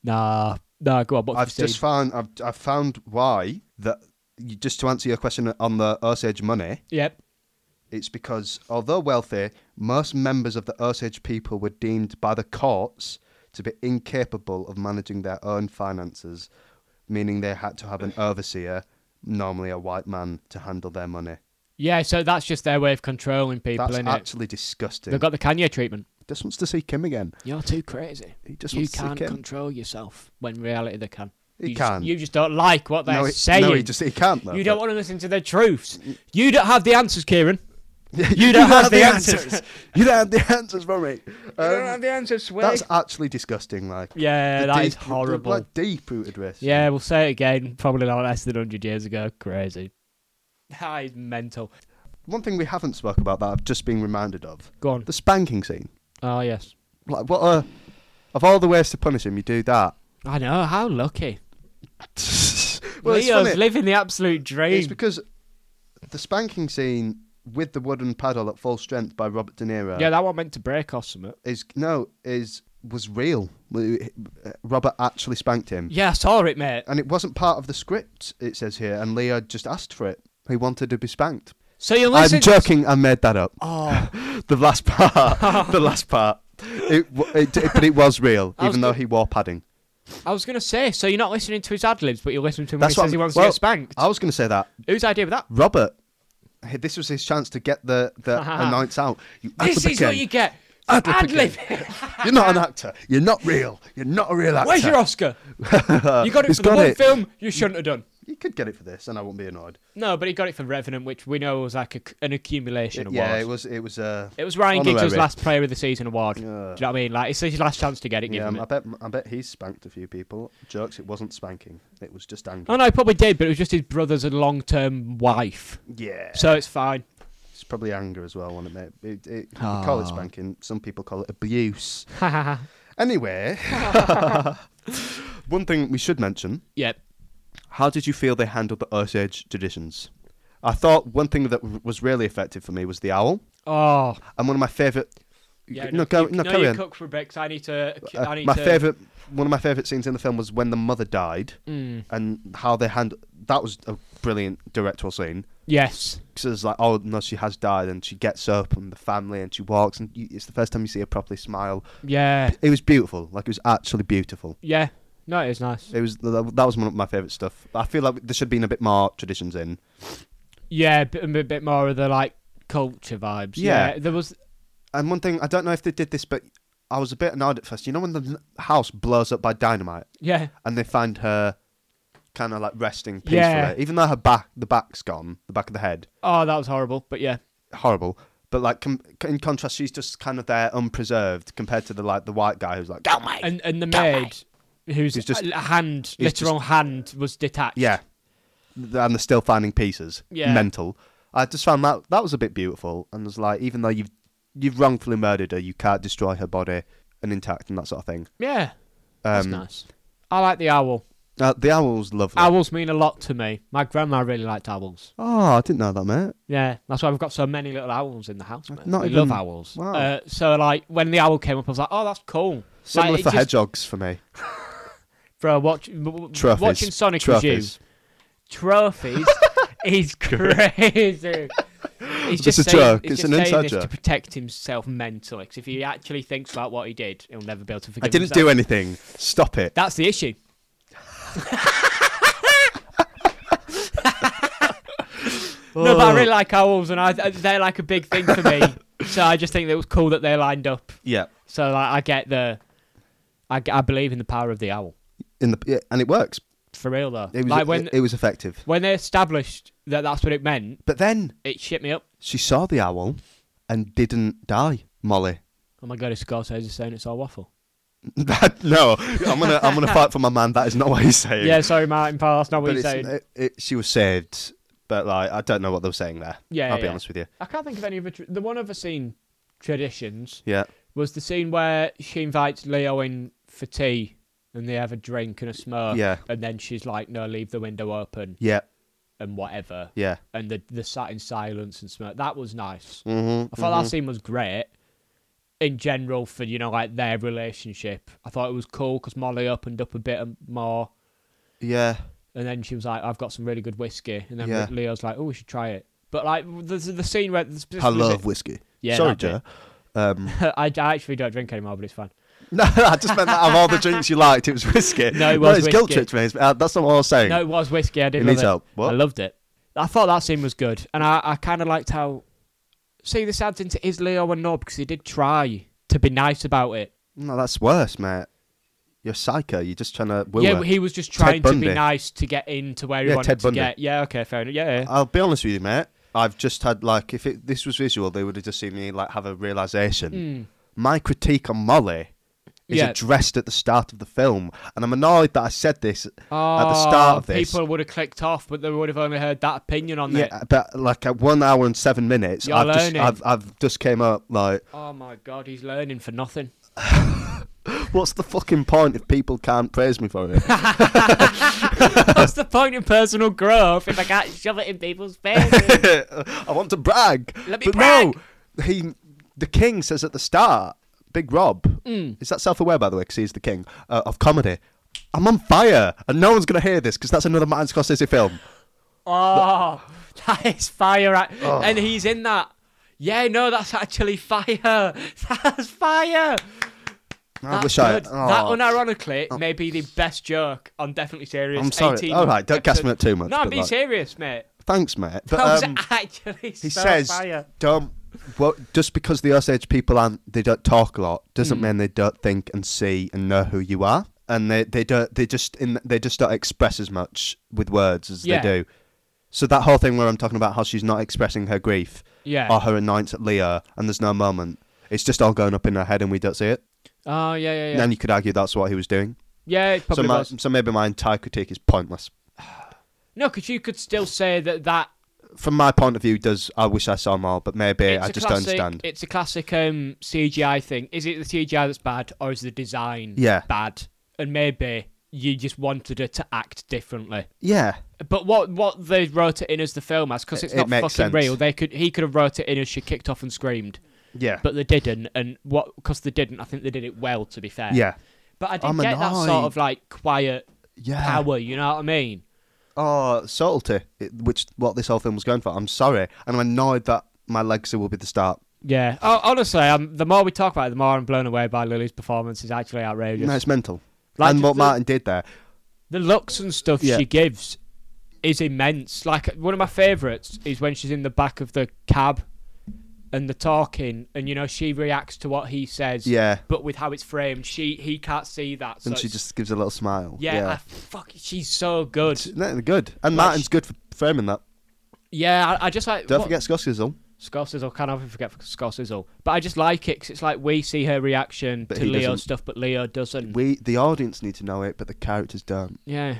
Nah, nah, go on. What
I've just found I've I've found why that you, just to answer your question on the Osage money,
yep.
it's because although wealthy, most members of the Osage people were deemed by the courts to be incapable of managing their own finances, meaning they had to have an overseer, normally a white man, to handle their money.
Yeah, so that's just their way of controlling people,
That's
innit?
actually disgusting.
They've got the Kanye treatment.
Just wants to see Kim again.
You're too crazy.
He just
you
wants to see
can't
Kim.
control yourself when in reality they can.
He
you
can.
Just, you just don't like what they're
no, he,
saying.
no, he just he can't. Though,
you don't want to listen to their truths. You don't have the answers, Kieran.
want.
you don't have the answers.
you don't have the answers for me. Um,
the answers, swear.
That's actually disgusting. Like,
Yeah,
The
that
deep-
is horrible.
Like deep rooted racism.
Yeah, we'll say it again. Probably not less than 100 years ago. Crazy. That is mental.
One thing we haven't spoke about that I've just been reminded of
Go on.
the spanking scene.
Oh, yes.
Like, what a of all the ways to punish him, you do that.
I know. How lucky.
well, it's
Leo's
funny.
living the absolute
it's
dream.
because the spanking scene with the wooden paddle at full strength by Robert De Niro.
Yeah, that one meant to break or something.
is no is was real. uh, Robert actually spanked him,
Yeah, I saw it, mate.
and it wasn't part of the script. It says here, and Leo just asked for it. He wanted to be spanked.
So you listen.
I'm joking. I made that up.
Oh,
The last part. the last part. It, w- it, it- but it was real,
I was
even though
go-
he wore padding.
I was gonna say. So you're not listening to his ad libs, but you're listening to him when he
That's what
says he
I'm-
wants to
well,
get spanked.
I was going to say that
Whose idea was that?
Robert. he- This was his chance to get the the announce out. You
This
ad-lib
is what
again.
you get.
Ad lib
Ad lib.
You're not an actor. You're not real. You're not a real actor.
Where's your Oscar? you got it
Uh, He's
for the
got
one
it.
film you shouldn't have done.
You could get it for this, and I wouldn't be annoyed.
No, but he got it for Revenant, which we know was like a, an accumulation
It-
award.
yeah, it was. It was. Uh,
It was Ryan Giggs'
Honorary.
last Player of the Season award. Do you know
Yeah.
what I mean? Like it's his last chance to get it.
yeah,
Given
I
it.
bet. I bet he spanked a few people. Jokes. It wasn't spanking. It was just anger.
Oh no, he probably did, but it was just his brother's long-term wife,
Yeah.
so it's fine.
It's probably anger as well, wasn't it, mate? It, it, we call it
Ah.
spanking. Some people call it abuse. Anyway, one thing we should mention:
yep.
How did you feel they handled the Osage traditions? I thought one thing that w- was really effective for me was the owl,
Oh.
and one of my favorite.
Yeah,
no, go,
you,
no,
no,
carry
you
on.
cook for Bricks. I need to.
Uh,
I need
my
to.
favorite, one of my favorite scenes in the film was when the mother died,
Mm.
and how they handled. That was a brilliant directorial scene.
Yes.
says like, oh no, she has died, and she gets up and the family, and she walks, and you, it's the first time you see her properly smile.
Yeah.
It was beautiful, like it was actually beautiful.
Yeah. No, it is nice.
It was that that was one of my favorite stuff. I feel like there should have been a bit more traditions in.
Yeah, a bit, a bit more of the like culture vibes. Yeah.
Yeah.
There was.
And one thing I don't know if they did this, but I was a bit annoyed at first. You know when the n- house blows up by dynamite
Yeah.
and they find her kind of like resting peacefully,
Yeah.
even though her back, the back's gone, the back of the head,
Oh, that was horrible. But yeah.
horrible. But like com- in contrast, she's just kind of there, unpreserved, compared to the like the white guy who's like, "Go mate."
And and the maid, whose
It's just-
a hand,
it's just-
literal hand, was detached.
Yeah, Th- and they're still finding pieces.
Yeah.
mental. I just found that that was a bit beautiful, and was like, even though you've you've wrongfully murdered her, you can't destroy her body and intact and that sort of thing.
Yeah. That's
Um,
nice. I like the owl.
uh, the owl's lovely.
Owls mean a lot to me. My grandma really liked owls.
Oh, I didn't know that, mate.
Yeah, that's why we've got so many little owls in the house. Mate.
not
we
even-
love owls.
Wow.
Uh, so like when the owl came up, I was like, oh, that's cool.
Similar
like, it
for
just-
hedgehogs for me.
Bro, watch, w- w-
Trophies.
watching Sonic
Trophies.
with you. trophies is crazy. He's
It's
just
a
saying,
joke.
he's
It's
just
an
saying
inside
this to
joke.
protect himself mentally. 'cause if he actually thinks about what he did, he'll never be able to forgive.
I didn't
himself.
do anything. Stop it.
That's the issue. no, but I
Oh.
really like owls, and I, they're like a big thing for me. so I just think it was cool that they lined up.
yeah.
So like, I get the, I, I believe in the power of the owl.
In the yeah, and it works.
For real though,
It was
like when
it, it was effective.
when they established that that's what it meant,
But then
it shit me up.
she saw the owl and didn't die, Molly.
Oh my god, it's Scorsese's saying it's all waffle.
That, no, I'm gonna I'm gonna fight for my man. That is not what he's saying.
Yeah, sorry, Martin Powell, that's not what
but
you're
it's,
saying.
it, it, she was saved. But like, I don't know what they were saying there.
Yeah,
I'll
yeah,
be
yeah.
honest with you.
I can't think of any other. Tra- the one other scene, traditions,
Yeah,
was the scene where she invites Leo in for tea and they have a drink and a smoke.
Yeah.
And then she's like, no, leave the window open
yeah,
and whatever.
yeah.
And the, the sat in silence and smoke. That was nice.
Mm-hmm,
I thought that scene was great in general for, you know, like their relationship. I thought it was cool because Molly opened up a bit more.
Yeah,
And then she was like, I've got some really good whiskey. And then
Yeah.
Leo's like, oh, we should try it. But like, there's the scene where. This, this
I
was
love
it-
whiskey.
Yeah,
sorry,
that bit.
Joe. Um,
I, I actually don't drink anymore, but it's fine.
no, I just meant that of all the drinks you liked, it was whiskey.
No, it was
it's guilt
whiskey.
trips, mate. Uh, that's not what I was saying.
No, it was whiskey. I did
It
love
needs
it.
help. What?
I loved it. I thought that scene was good, and I, I kind of liked how. See, this adds into is Leo a knob because he did try to be nice about it.
No, that's worse, mate. You're a psycho. You're just trying to woo
yeah,
her.
he was just trying to be
Bundy.
nice to get into where he
Yeah,
wanted
Ted
to
Bundy.
get. Yeah, okay, fair enough. Yeah, yeah.
I'll be honest with you, mate. I've just had like, if it, this was visual, they would have just seen me like have a realization.
Mm.
My critique on Molly is
Yeah.
addressed at the start of the film, and I'm annoyed that I said this.
oh,
start of this-
people would have clicked off, but they would have only heard that opinion on it.
Yeah, but like at one hour and seven minutes,
You're
I've just,
learning.
I've, I've just came up like,
Oh my god, he's learning for nothing.
what's the fucking point if people can't praise me for it?
What's the point in personal growth if I can't shove it in people's faces?
I want to brag.
Let me
but
brag.
no, he, the king says at the start, Big Rob,
Mm.
is that self aware, by the way, because he's the king uh, of comedy. I'm on fire, and no one's going to hear this because that's another Martin Scorsese film.
Oh, that is fire! ac-
Oh.
And he's in that. Yeah, no, that's actually fire. That's fire.
I
That's
wish I.
good.
oh,
That, unironically, may be the best joke on Definitely Serious.
I'm sorry.
18
All right, don't cast me up
episode.
too much.
No, I'm
but,
being
like,
serious, mate.
Thanks, mate. But,
That
um,
was actually
he
so
says, Oh.
fire.
don't. Well, just because the Osage people aren't, they don't talk a lot,
Hmm.
doesn't mean they don't think and see and know who you are, and they they don't they just in they just don't express as much with words as
Yeah.
they do. So that whole thing where I'm talking about how she's not expressing her grief
Yeah.
or her annoyance at Leah, and there's no moment. It's just all going up in her head, and we don't see it.
Oh, yeah, yeah, yeah.
And you could argue that's what he was doing.
yeah, it
So,
probably
my,
was.
so maybe my entire critique is pointless.
No, because you could still say that that.
From my point of view, does I wish I saw more, but maybe
it's
I
a
just
classic,
don't understand.
It's a classic um, CGI thing. Is it the CGI that's bad, or is the design
Yeah.
bad? And maybe you just wanted it to act differently.
yeah,
But what what they wrote it in as the film as because it's
It-
not
it makes
fucking
sense.
real. They could he could have wrote it in as she kicked off and screamed,
yeah,
but they didn't. And what because they didn't, I think they did it well. To be fair,
yeah,
But I did
I'm
get that sort
annoyed.
of like quiet
yeah.
power. You know what I mean?
Oh, subtlety, it- which what this whole film was going for. I'm sorry, and I'm annoyed that my legacy will be the start.
Yeah. Oh, honestly, um, the more we talk about it, the more I'm blown away by Lily's performance. It's actually outrageous.
No, it's mental.
Like,
and what
the-
Martin did there,
the looks and stuff
Yeah.
she gives is immense. Like one of my favourites is when she's in the back of the cab and the talking, and you know she reacts to what he says.
yeah,
But with how it's framed, she he can't see that. So
and she
it's-
just gives a little smile.
yeah, I, fuck, she's so good.
No, good. And
Like
Martin's good for framing that.
Yeah, I, I just like
Don't
what-
forget Scorsese.
Scott Sizzle. Can't often forget Scott Sizzle, but I just like it 'cause it's like we see her reaction
But
to
he
Leo
doesn't.
stuff, but Leo doesn't.
We, the audience, need to know it, but the characters don't.
yeah,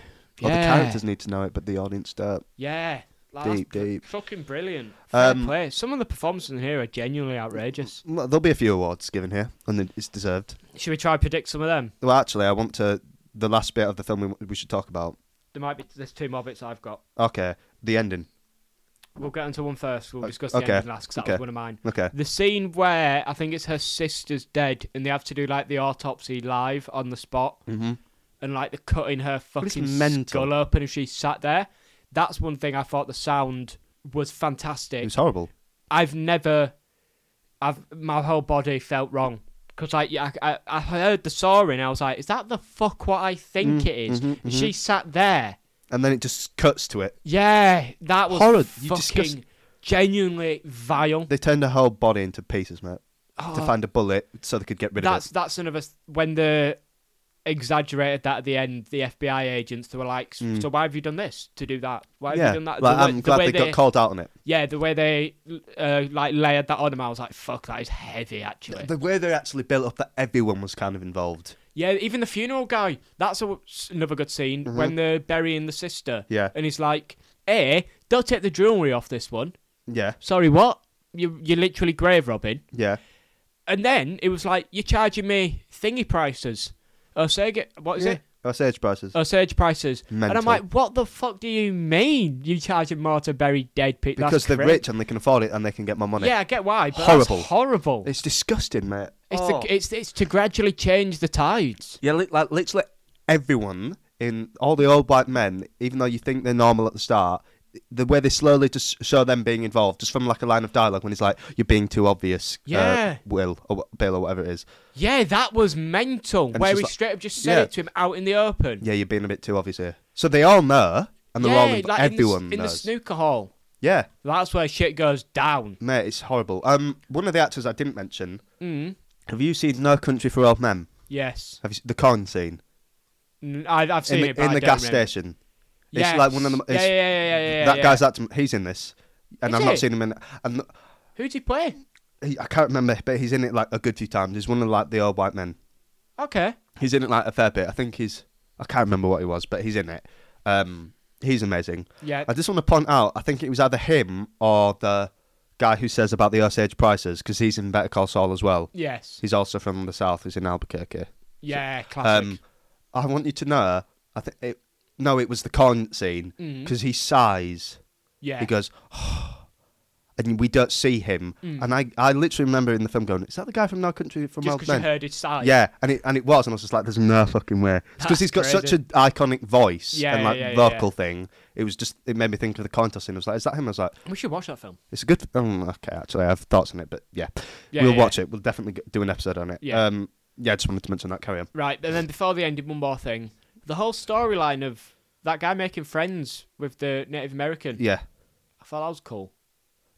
Or the
yeah,
characters need to know it, but the audience don't.
Yeah. Like,
Deep,
that's
deep.
Fucking brilliant. Fair
Um,
play. Some of the performances in here are genuinely outrageous.
Well, There'll be a few awards given here, and it- it's deserved.
Should we try and predict some of them?
Well, actually, I want to. The last bit of the film we, we should talk about.
There might be. There's two more bits I've got.
Okay, the ending.
We'll get onto one first. We'll
O-
discuss the
okay,
ending last 'cause that was
okay.
one of mine.
Okay.
The scene where I think it's her sister's dead and they have to do like the autopsy live on the spot
Mm-hmm.
and like they're cutting her
it's
fucking
mental.
skull open and she sat there. That's one thing I thought the sound was fantastic.
It was horrible.
I've never, I've my whole body felt wrong because I, I I- I heard the soaring. I was like, is that the fuck what I think it is?
mhm,
And She sat there.
And then it just cuts to it.
Yeah, that was
Horrid. You
fucking
disgust-
genuinely vile.
They turned her whole body into pieces, mate, to
Oh,
find a bullet so they could get rid of
that's
it.
that's another s- when the exaggerated that at the end. The FBI agents they were like, "S-
Mm.
so why have you done this to do that? Why have
yeah,
you done that?
like,
The way-
I'm
the
glad
way
they, got called out on it.
Yeah, the way they uh, like layered that on him, I was like, "Fuck, that is heavy." Actually,
The way they actually built up that everyone was kind of involved.
yeah, even the funeral guy. That's a, another good scene when they're burying the sister.
Mm-hmm. Yeah.
and he's like, "Hey, don't take the jewelry off this one."
Yeah,
Sorry, what? You you're literally grave robbing.
yeah.
And then it was like, "You're charging me thingy prices." Osage, what is
yeah.
it? Oh,
Osage prices.
Osage prices. And
Mental.
I'm like, "What the fuck do you mean? You charging more to bury dead people?"
because
That's
they're
cra-
rich and they can afford it and they can get more money.
Yeah, I get why. But
Horrible.
That's horrible.
It's disgusting, mate.
It's,
Oh.
to, it's it's to gradually change the tides.
Yeah, li- like literally everyone in all the old black men, even though you think they're normal at the start, the way they slowly just show them being involved, just from like a line of dialogue when he's like, "You're being too obvious, uh,
Yeah.
Will or wh- Bill or whatever it is."
Yeah, that was mental.
it's
where
just
he
like-
straight up just said
Yeah.
it to him out in the open.
Yeah, you're being a bit too obvious here. So they all know, and they're all
Yeah,
inv-
like in the s-
everyone
in the,
knows.
snooker hall.
yeah,
That's where shit goes down.
mate, it's horrible. Um, one of the actors I didn't mention.
Mm.
Have you seen No Country for Old Men?
Yes,
Have you s the corn scene
Mm, I, I've seen
in
it
the,
but
in
I
the
don't
gas
remember.
station?
Yes.
It's like one of the. m-
Yeah,
It's,
yeah, yeah, yeah, yeah,
that
yeah.
guy's acting. He's in this, and
Is
I've
he?
not seen him in. And
Who'd he play?
he, I can't remember, but he's in it like a good few times. He's one of like the old white men.
Okay.
He's in it like a fair bit. I think he's. I can't remember what he was, but he's in it. Um, he's amazing.
Yeah.
I just want to point out. I think it was either him or the guy who says about the Osage prices because he's in Better Call Saul as well.
yes.
He's also from the south. He's in Albuquerque.
Yeah. Classic.
Um, I want you to know. I think it. No, it was the con scene
Mhm.
because he sighs.
yeah.
He goes, "Oh." and we don't see him. And I, I literally remember in the film going, "Is that the guy from No Country from
Mm. just
Old
because you
Men?"
heard his side.
yeah, and it and it was, and I was just like, "There's no fucking way." Because
That's
he's got such
crazy.
an iconic voice
Yeah,
and
yeah,
like
yeah, yeah,
vocal thing. It was just it made me think of the coin toss, and I was like, "Is that him?" I was like,
We should watch that film.
"It's a good." Um, okay, actually, I have thoughts on it, but yeah,
Yeah,
we'll
yeah,
watch it. We'll definitely g- do an episode on it.
Yeah.
Um, yeah, I just wanted to mention that. Carry on.
Right, and then before they ended, one more thing. The whole storyline of that guy making friends with the Native American.
Yeah,
I thought that was cool.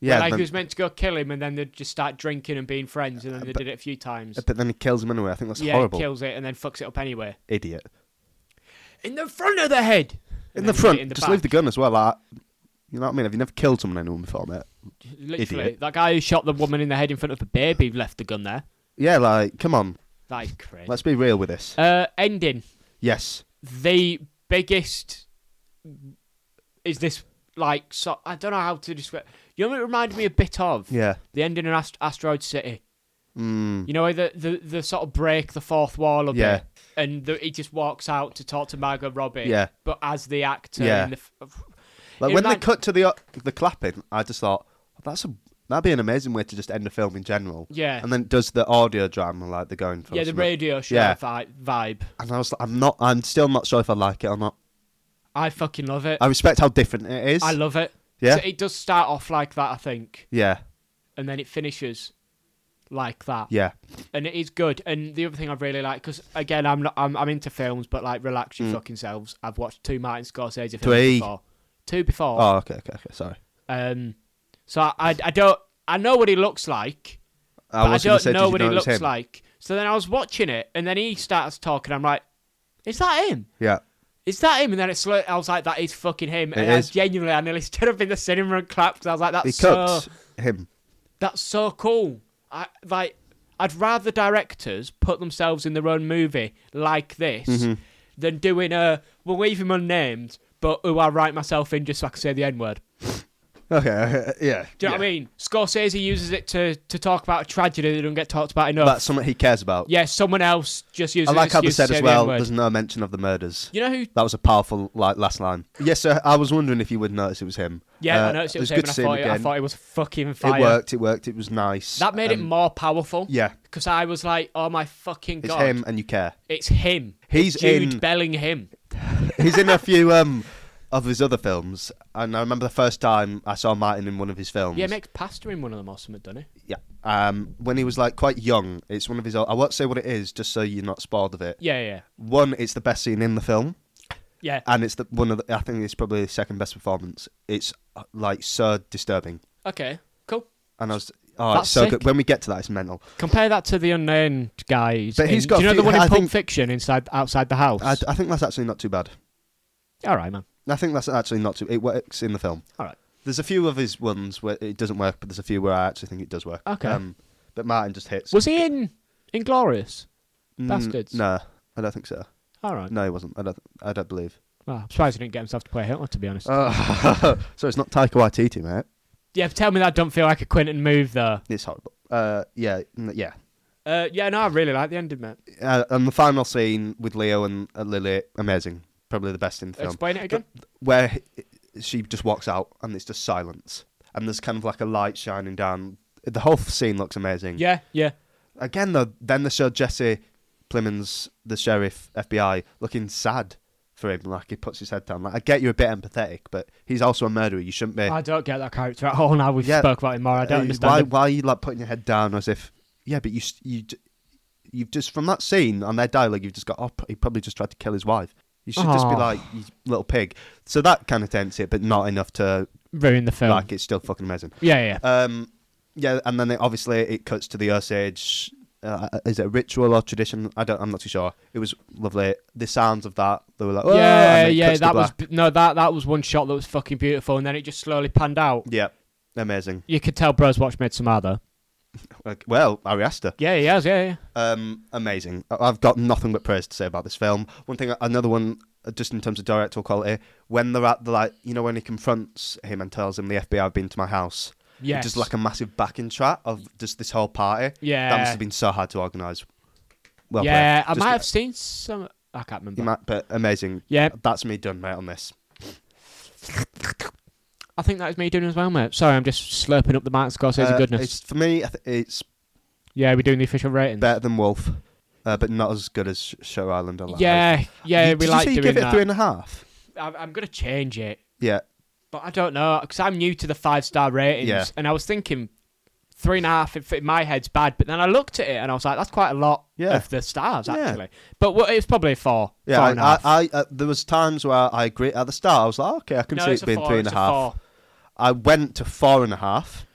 yeah.
like
then-
he was meant to go kill him, and then they'd just start drinking and being friends, and then they did it a few times.
but then he kills him anyway. I think that's
yeah,
horrible.
kills it and then fucks it up anyway.
Idiot.
In the front of the head.
In
And
the
then
front,
in
just leave the
back.
gun as well. Like, you know what I mean? Have you never killed someone anyone before, mate?
Literally,
idiot.
that guy who shot the woman in the head in front of the baby left the gun there.
Yeah, like, come on.
That is crazy.
Let's be real with this.
Uh, ending.
Yes.
the biggest is this like so I don't know how to describe. You know, what it reminded me a bit of
Yeah.
the ending in Ast- Asteroid City.
Mm.
You know, where the, the the sort of break the fourth wall a
Yeah.
bit, and the, he just walks out to talk to Margot Robbie.
Yeah.
but as the actor.
Yeah.
In the f-
Like
It
when they
remind-
cut to the the clapping, I just thought that's a that'd be an amazing way to just end a film in general.
yeah,
And then it does the audio drama like they're going for.
yeah,
or
the
something.
radio show
Yeah.
vi- vibe.
And I was like, I'm not. I'm still not sure if I like it or not.
I fucking love it.
I respect how different it is.
I love it.
Yeah.
So it does start off like that, I think,
yeah.
and then it finishes like that.
Yeah.
and it is good. And the other thing I really like, because again, I'm not, I'm, I'm into films, but like, relax your fucking selves. I've watched two Martin Scorsese films
Mm. Three.
before, two before.
Oh, okay, okay, okay. Sorry.
Um, so I, I, I don't, I know what he looks like,
I
but I
was gonna
don't
say, did
know
you
what he
know it was
looks
him?
like. So then I was watching it, and then he starts talking. I'm like, is that him?
Yeah.
Is that him? And then it's slow. I was like, that is fucking him. and
is.
I genuinely, I nearly stood up in the cinema and clapped. 'cause I was like,
He
that's so,
cuts him.
that's so cool. I like. I'd rather directors put themselves in their own movie like this
Mm-hmm.
than doing a we'll leave him unnamed, but who I write myself in just so I can say the N word.
Okay. okay, Yeah.
Do you know what I mean? Scorsese uses it to to talk about a tragedy that don't get talked about enough.
That's something he cares about.
yeah, someone else just uses.
I like
an
how they
excuse to
said as
say the
well.
N-word.
There's no mention of the murders.
You know who?
That was a powerful like last line. Yes, sir. I was wondering if you would notice it was him.
Yeah,
Uh,
I noticed it was
good
him, and
to
I
see him
thought, it, I
again.
thought it was fucking fire.
It worked. It worked. It was nice.
That made it
Um,
more powerful.
yeah,
Because I was like, oh my fucking
it's
god,
him, and you care.
it's him.
He's
Jude
in.
Bellingham.
he's in a few um of his other films, and I remember the first time I saw Martin in one of his films.
Yeah, he makes pasta in one of them or something, doesn't he?
Yeah. Um, when he was like quite young, it's one of his. I won't say what it is, just so you're not spoiled of it.
Yeah, yeah,
One, it's the best scene in the film,
yeah.
and it's the one of. The, I think it's probably his second best performance. It's uh, like so disturbing,
Okay, cool.
and I was. Oh,
That's
it's so
sick.
good. When we get to that, it's mental.
Compare that to the unnamed guys.
But he's
in-
got
do you
a
know the
few-
one in
I
Pulp
think-
Fiction inside outside the house?
I, I think that's actually not too bad.
All right, man.
I think that's actually not too. It works in the film.
All right.
There's a few of his ones where it doesn't work, but there's a few where I actually think it does work. Um,
Okay.
but Martin just hits.
Was he in Inglorious?
Mm,
Bastards?
No, I don't think so.
All right.
No, he wasn't. I don't. I don't believe.
Well, I'm surprised he didn't get himself to play Hitler, to be honest.
Uh, so it's not Taika Waititi, mate.
yeah, but tell me that don't feel like a Quentin move, though.
It's horrible. Uh, yeah, n- yeah.
Uh, yeah, no, I really like the ending, mate.
Uh, and the final scene with Leo and uh, Lily, amazing. Probably the best in the film.
Explain it again.
Where h- she just walks out and it's just silence, and there's kind of like a light shining down. The whole scene looks amazing.
Yeah, yeah.
Again, though, then they show Jesse Plemons, the sheriff, FBI, looking sad for him. Like he puts his head down. Like I get you're a bit empathetic, but he's also a murderer. You shouldn't be.
I don't get that character at all. Now we've
Yeah.
spoke about him more. I
Uh,
don't understand.
why.
him.
Why are you like putting your head down as if? Yeah, but you s- you d- you've just from that scene on their dialogue, you've just got. Oh, he probably just tried to kill his wife. You should just be
Aw.
like you little pig. So that kind of dents it, but not enough to
Ruin the film.
like. It's still fucking amazing.
yeah, yeah.
Um, yeah, and then it, obviously it cuts to the Osage. Uh, is it a ritual or tradition? I don't. I'm not too sure. It was lovely. The sounds of that. They were like, "Whoa,"
yeah,
and it
yeah.
cuts to
That was
black.
no, that that was one shot that was fucking beautiful, and then it just slowly panned out.
yeah, amazing.
You could tell Bros watched Midsommar though.
Like, well, Ariasta.
Yeah, he has. Yeah, yeah.
Um, amazing. I- I've got nothing but praise to say about this film. One thing, another one, uh, just in terms of directorial quality, when they're at the like, you know, when he confronts him and tells him the FBI have been to my house,
Yes.
just like a massive backing track of just this whole party.
yeah.
That must have been so hard to organize. Well,
Uh, yeah, I
played. Just-
might have seen some. I can't remember.
You might, but amazing.
yeah,
That's me done, mate. On this,
I think that was me doing as well, mate. Sorry, I'm just slurping up the Martin Scorsese
Uh,
goodness.
It's for me. I th- It's
Yeah, we're doing the official ratings.
better than Wolf, uh, but not as good as Sh- Shutter Island. I like.
yeah, yeah,
You-
we
did
like
you say you
doing
give it
that.
three and a half.
I'm, I'm gonna change it,
Yeah,
but I don't know because I'm new to the five star ratings,
Yeah.
and I was thinking three and a half. If in my head's bad, but then I looked at it and I was like, that's quite a lot
Yeah.
of the stars
Yeah.
actually. But well, it's probably a four.
Yeah,
four
I,
and a half.
I, I uh, there was times where I agree at the start. I was like, okay, I can
no,
see
it's
it being
a four,
three and a
it's
half.
four.
I went to four and a half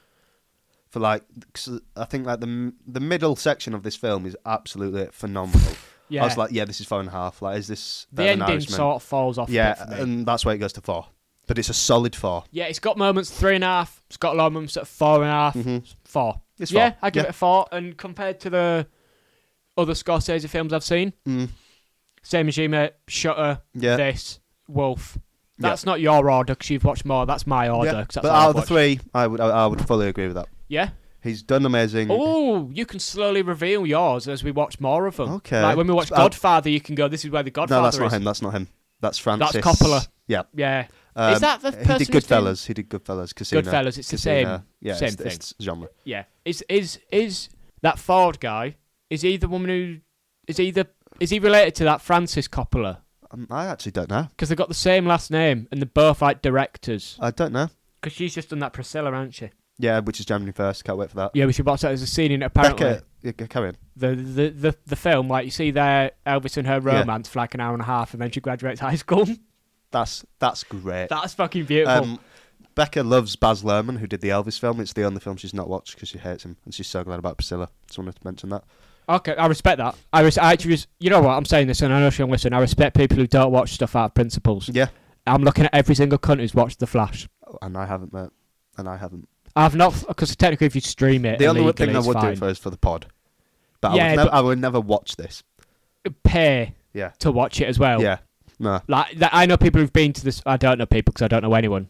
for like 'cause I think like the m- the middle section of this film is absolutely phenomenal.
Yeah,
I was like, yeah, this is four and a half. Like, is this
the
better than
ending
Irishman?
sort of falls off.
yeah,
a bit for me.
and that's where it goes to four. But it's a solid four.
Yeah, it's got moments three and a half. It's got a lot of moments at four and a half. Four.
Mm-hmm. It's
yeah,
four,
I give
yeah.
it a four. And compared to the other Scorsese films I've seen,
Mm.
same as you, mate. Shutter,
Yeah,
this, Wolf. That's not your order because you've watched more. That's my order. 'cause
yeah.
that's
But
all
out
I've
of the
watched.
three, I would I, I would fully agree with that.
Yeah.
He's done amazing.
Oh, you can slowly reveal yours as we watch more of them.
Okay.
Like when we watch
Uh,
Godfather, you can go, this is where the Godfather
no, that's not
is.
him. That's not him. That's Francis.
Coppola.
Yeah.
Yeah.
Um,
is that the person
he did
who's doing-
Goodfellas. He did Goodfellas. Casino.
Goodfellas, it's the
Casino.
same-
Yeah,
same
it's, it's genre.
Yeah. Is is is that Ford guy? Is he the woman who? Is he the? Is he related to that Francis Coppola?
Um, I actually don't know.
Because they've got the same last name and they're both like directors.
I don't know.
Because she's just done that Priscilla, hasn't she?
Yeah, which is January first. Can't wait for that.
Yeah, we should watch that as a scene in it. Apparently,
Becca, yeah, c- carry on.
the, the the the film, like you see there, Elvis and her
Yeah.
romance for like an hour and a half, and then she graduates high school.
That's that's great.
That's fucking beautiful.
um, Becca loves Baz Luhrmann, who did the Elvis film. It's the only film she's not watched because she hates him, and she's so glad about Priscilla. Just wanted to mention that.
okay, I respect that. I, res- I actually, res- you know what? I'm saying this, and I know she'll listen. I respect people who don't watch stuff out of principles.
Yeah,
I'm looking at every single cunt who's watched The Flash.
Oh, and I haven't met, and I haven't.
I've not because technically, if you stream it,
The only
illegally,
thing I
it's
would
fine.
do for is for the pod, but, I,
Yeah,
would nev-
but-
I would never watch this.
pay
Yeah,
to watch it as well.
yeah, no.
like that, I know people who've been to this. I don't know people because I don't know anyone.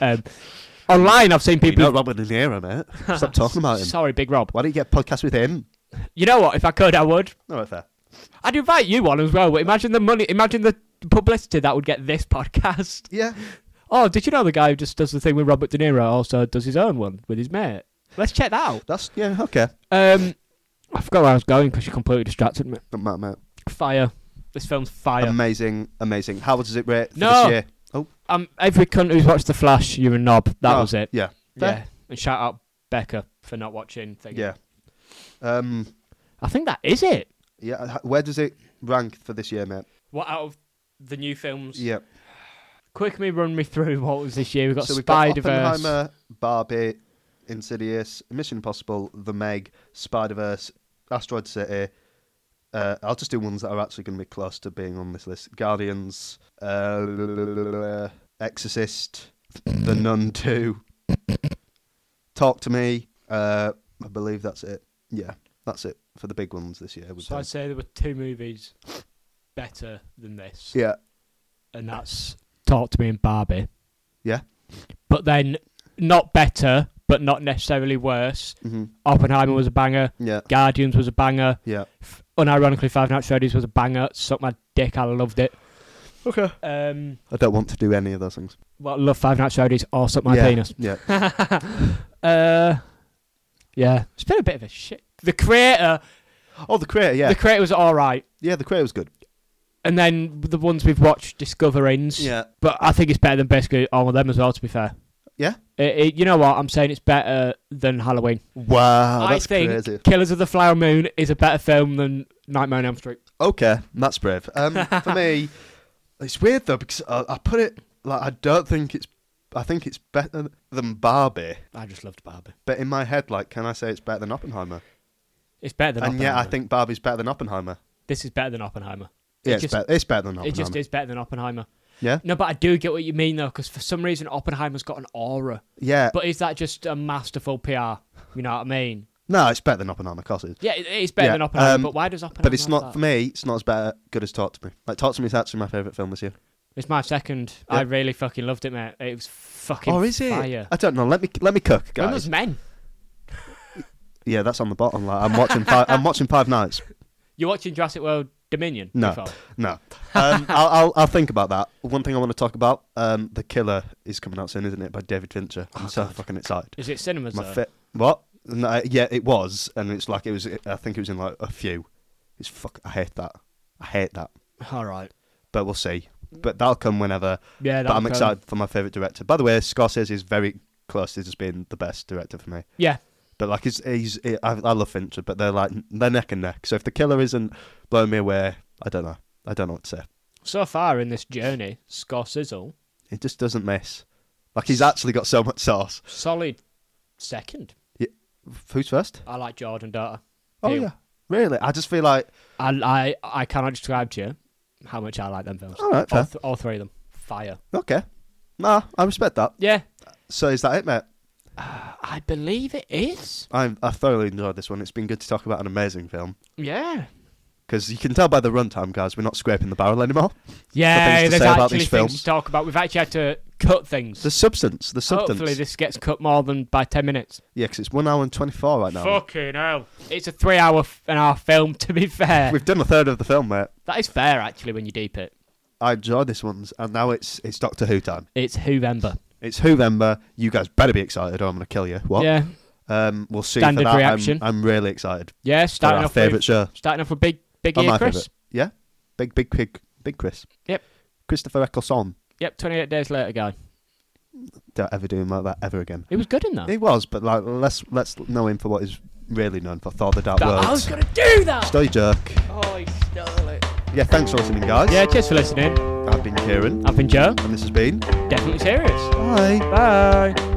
Um, online, I've seen
People, you
people.
know Robert De Niro, mate. Stop talking about him.
Sorry, Big Rob.
Why don't you get a podcast with him?
You know what? If I could, I would.
No, right, fair.
I'd invite you on as well. But imagine the money. Imagine the publicity that would get this podcast.
Yeah,
Oh, did you know the guy who just does the thing with Robert De Niro also does his own one with his mate? Let's check that out.
that's yeah okay.
Um, I forgot where I was going because you completely distracted me.
Don't matter, mate.
Fire. This film's fire.
Um, Amazing, amazing. How does it rate for
uh, No.
this year? Oh.
Um, every cunt who's watched The Flash, you're a knob. That
No,
was it.
Oh, Yeah.
Yeah. And shout out Becca for not watching. Thing.
Yeah. Um.
I think that is it.
Yeah. h- Where does it rank for this year, mate?
What out of the new films?
Yeah.
Quick me run me through what was this year. We've got
so we've got
Spider Verse.
Oppenheimer, Barbie, Insidious, Mission Impossible, The Meg, Spider Verse, Asteroid City. Uh, I'll just do ones that are actually going to be close to being on this list: Guardians, uh, Exorcist, The Nun Two, Talk to Me. Uh, I believe that's it. Yeah, that's it for the big ones this year. we've
So
done.
I'd say there were two movies better than this.
Yeah,
And that's Talk to Me and Barbie.
yeah.
But then not better, but not necessarily worse.
hmm
Oppenheimer was a banger.
Yeah,
Guardians was a banger.
yeah.
F- unironically, Five Nights at Freddy's was a banger. Suck my dick, I loved it.
Okay.
Um,
I don't want to do any of those things.
well, love Five Nights at Freddy's or suck my
yeah,
penis.
Yeah.
Uh, yeah, it's been a bit of a shit. The creator,
Oh, the creator. Yeah,
the creator was all right,
yeah. The creator was good.
and then the ones we've watched, Discoverings.
Yeah.
but I think it's better than basically all of them as well. To be fair,
Yeah.
It- it- you know what? I'm saying it's better than Halloween.
Wow,
I
Oh, that's
think
crazy.
Killers of the Flower Moon is a better film than Nightmare on Elm Street.
Okay, that's brave. Um, for me, it's weird though because I, I put it like I don't think it's. I think it's better than Barbie,
I just loved Barbie.
but in my head, like, can I say it's better than Oppenheimer?
It's better than.
and yeah, I
Oppenheimer.
think Barbie's better than Oppenheimer.
this is better than Oppenheimer.
Yeah,
It
it's,
just-
better, it's better than Oppenheimer.
It just is better than Oppenheimer.
Yeah,
No, but I do get what you mean though, because for some reason Oppenheimer's got an aura.
yeah.
But is that just a masterful PR? You know what I mean?
no, it's better than Oppenheimer. Of course it is.
Yeah, it, it's better
Yeah,
than Oppenheimer.
um,
but why does Oppenheimer?
But it's
have
not
that?
for me. It's not as better, good as Talk to Me. Like Talk to Me is actually my favorite film this year.
It's my second.
Yeah.
I really fucking loved it, mate. It was fucking.
or Oh, is it?
Fire.
I don't know. Let me let me cook,
When
guys.
was Men?
Yeah, that's on the bottom. Like I'm watching. Five, I'm watching Five Nights.
You're watching Jurassic World Dominion.
No.
Before?
No, um, I'll, I'll I'll think about that. One thing I want to talk about: um, the killer is coming out soon, isn't it? By David Fincher. I'm so fucking excited.
Is it cinemas?
My
though?
fit. What? No, uh, yeah, it was, and it's like it was. I think it was in like a few. It's fuck. I hate that. I hate that.
All right.
But we'll see. But that'll come whenever.
Yeah, um,
but
that'll
I'm
come.
excited for my favorite director. By the way, Scorsese is very close to just being the best director for me.
Yeah.
But like, he's, he's he, I, I love Fincher, but they're like they're neck and neck. So if the killer isn't blowing me away, I don't know. I don't know what to say.
So far in this journey, Scorsese
It just doesn't miss. Like he's actually got so much sauce.
solid second.
Who's first?
I like Jordan Data.
Oh
Who?
yeah, really. I just feel like
I I I cannot describe to you how much I like them films.
All right, fair.
th- all three of them, fire.
okay, nah, I respect that.
Yeah,
So is that it, mate?
Uh, I believe it is.
I I thoroughly enjoyed this one. It's been good to talk about an amazing film
Yeah.
because you can tell by the runtime, guys. We're not scraping the barrel anymore.
Yeah,
things to
there's
say
actually
about these
things
films.
to talk about. We've actually had to cut things.
The substance, the substance.
Hopefully, this gets cut more than by ten minutes.
Yeah, 'cause it's one hour and twenty-four right now.
Fucking hell! It's a three-hour f- and a half film. To be fair,
We've done a third of the film, mate.
that is fair actually. When you deep it,
I enjoyed this one's, and now it's it's Doctor Who time.
it's Whovember.
It's Whovember. You guys better be excited, or I'm gonna kill you. What?
Yeah,
Um, we'll see.
Standard
for that.
reaction.
I'm, I'm really excited.
yeah.
They're
Starting
our
off
favourite
with
show.
starting off with big big
Oh,
ear,
my
Chris.
favourite. Yeah. Big, big, big, big Chris.
Yep.
Christopher Eccleston.
Yep, 28 days later, guy.
Don't ever do him like that ever again.
He was good in that.
He was, but like, let's let's know him for what he's really known for: Thor: The Dark
That- I
World.
was gonna do that.
Stay jerk.
Oh, he stole it.
Yeah. Thanks for listening, guys.
Yeah, cheers for listening.
I've been Kieran,
I've been Joe.
and this has been.
Definitely serious.
Bye.
Bye.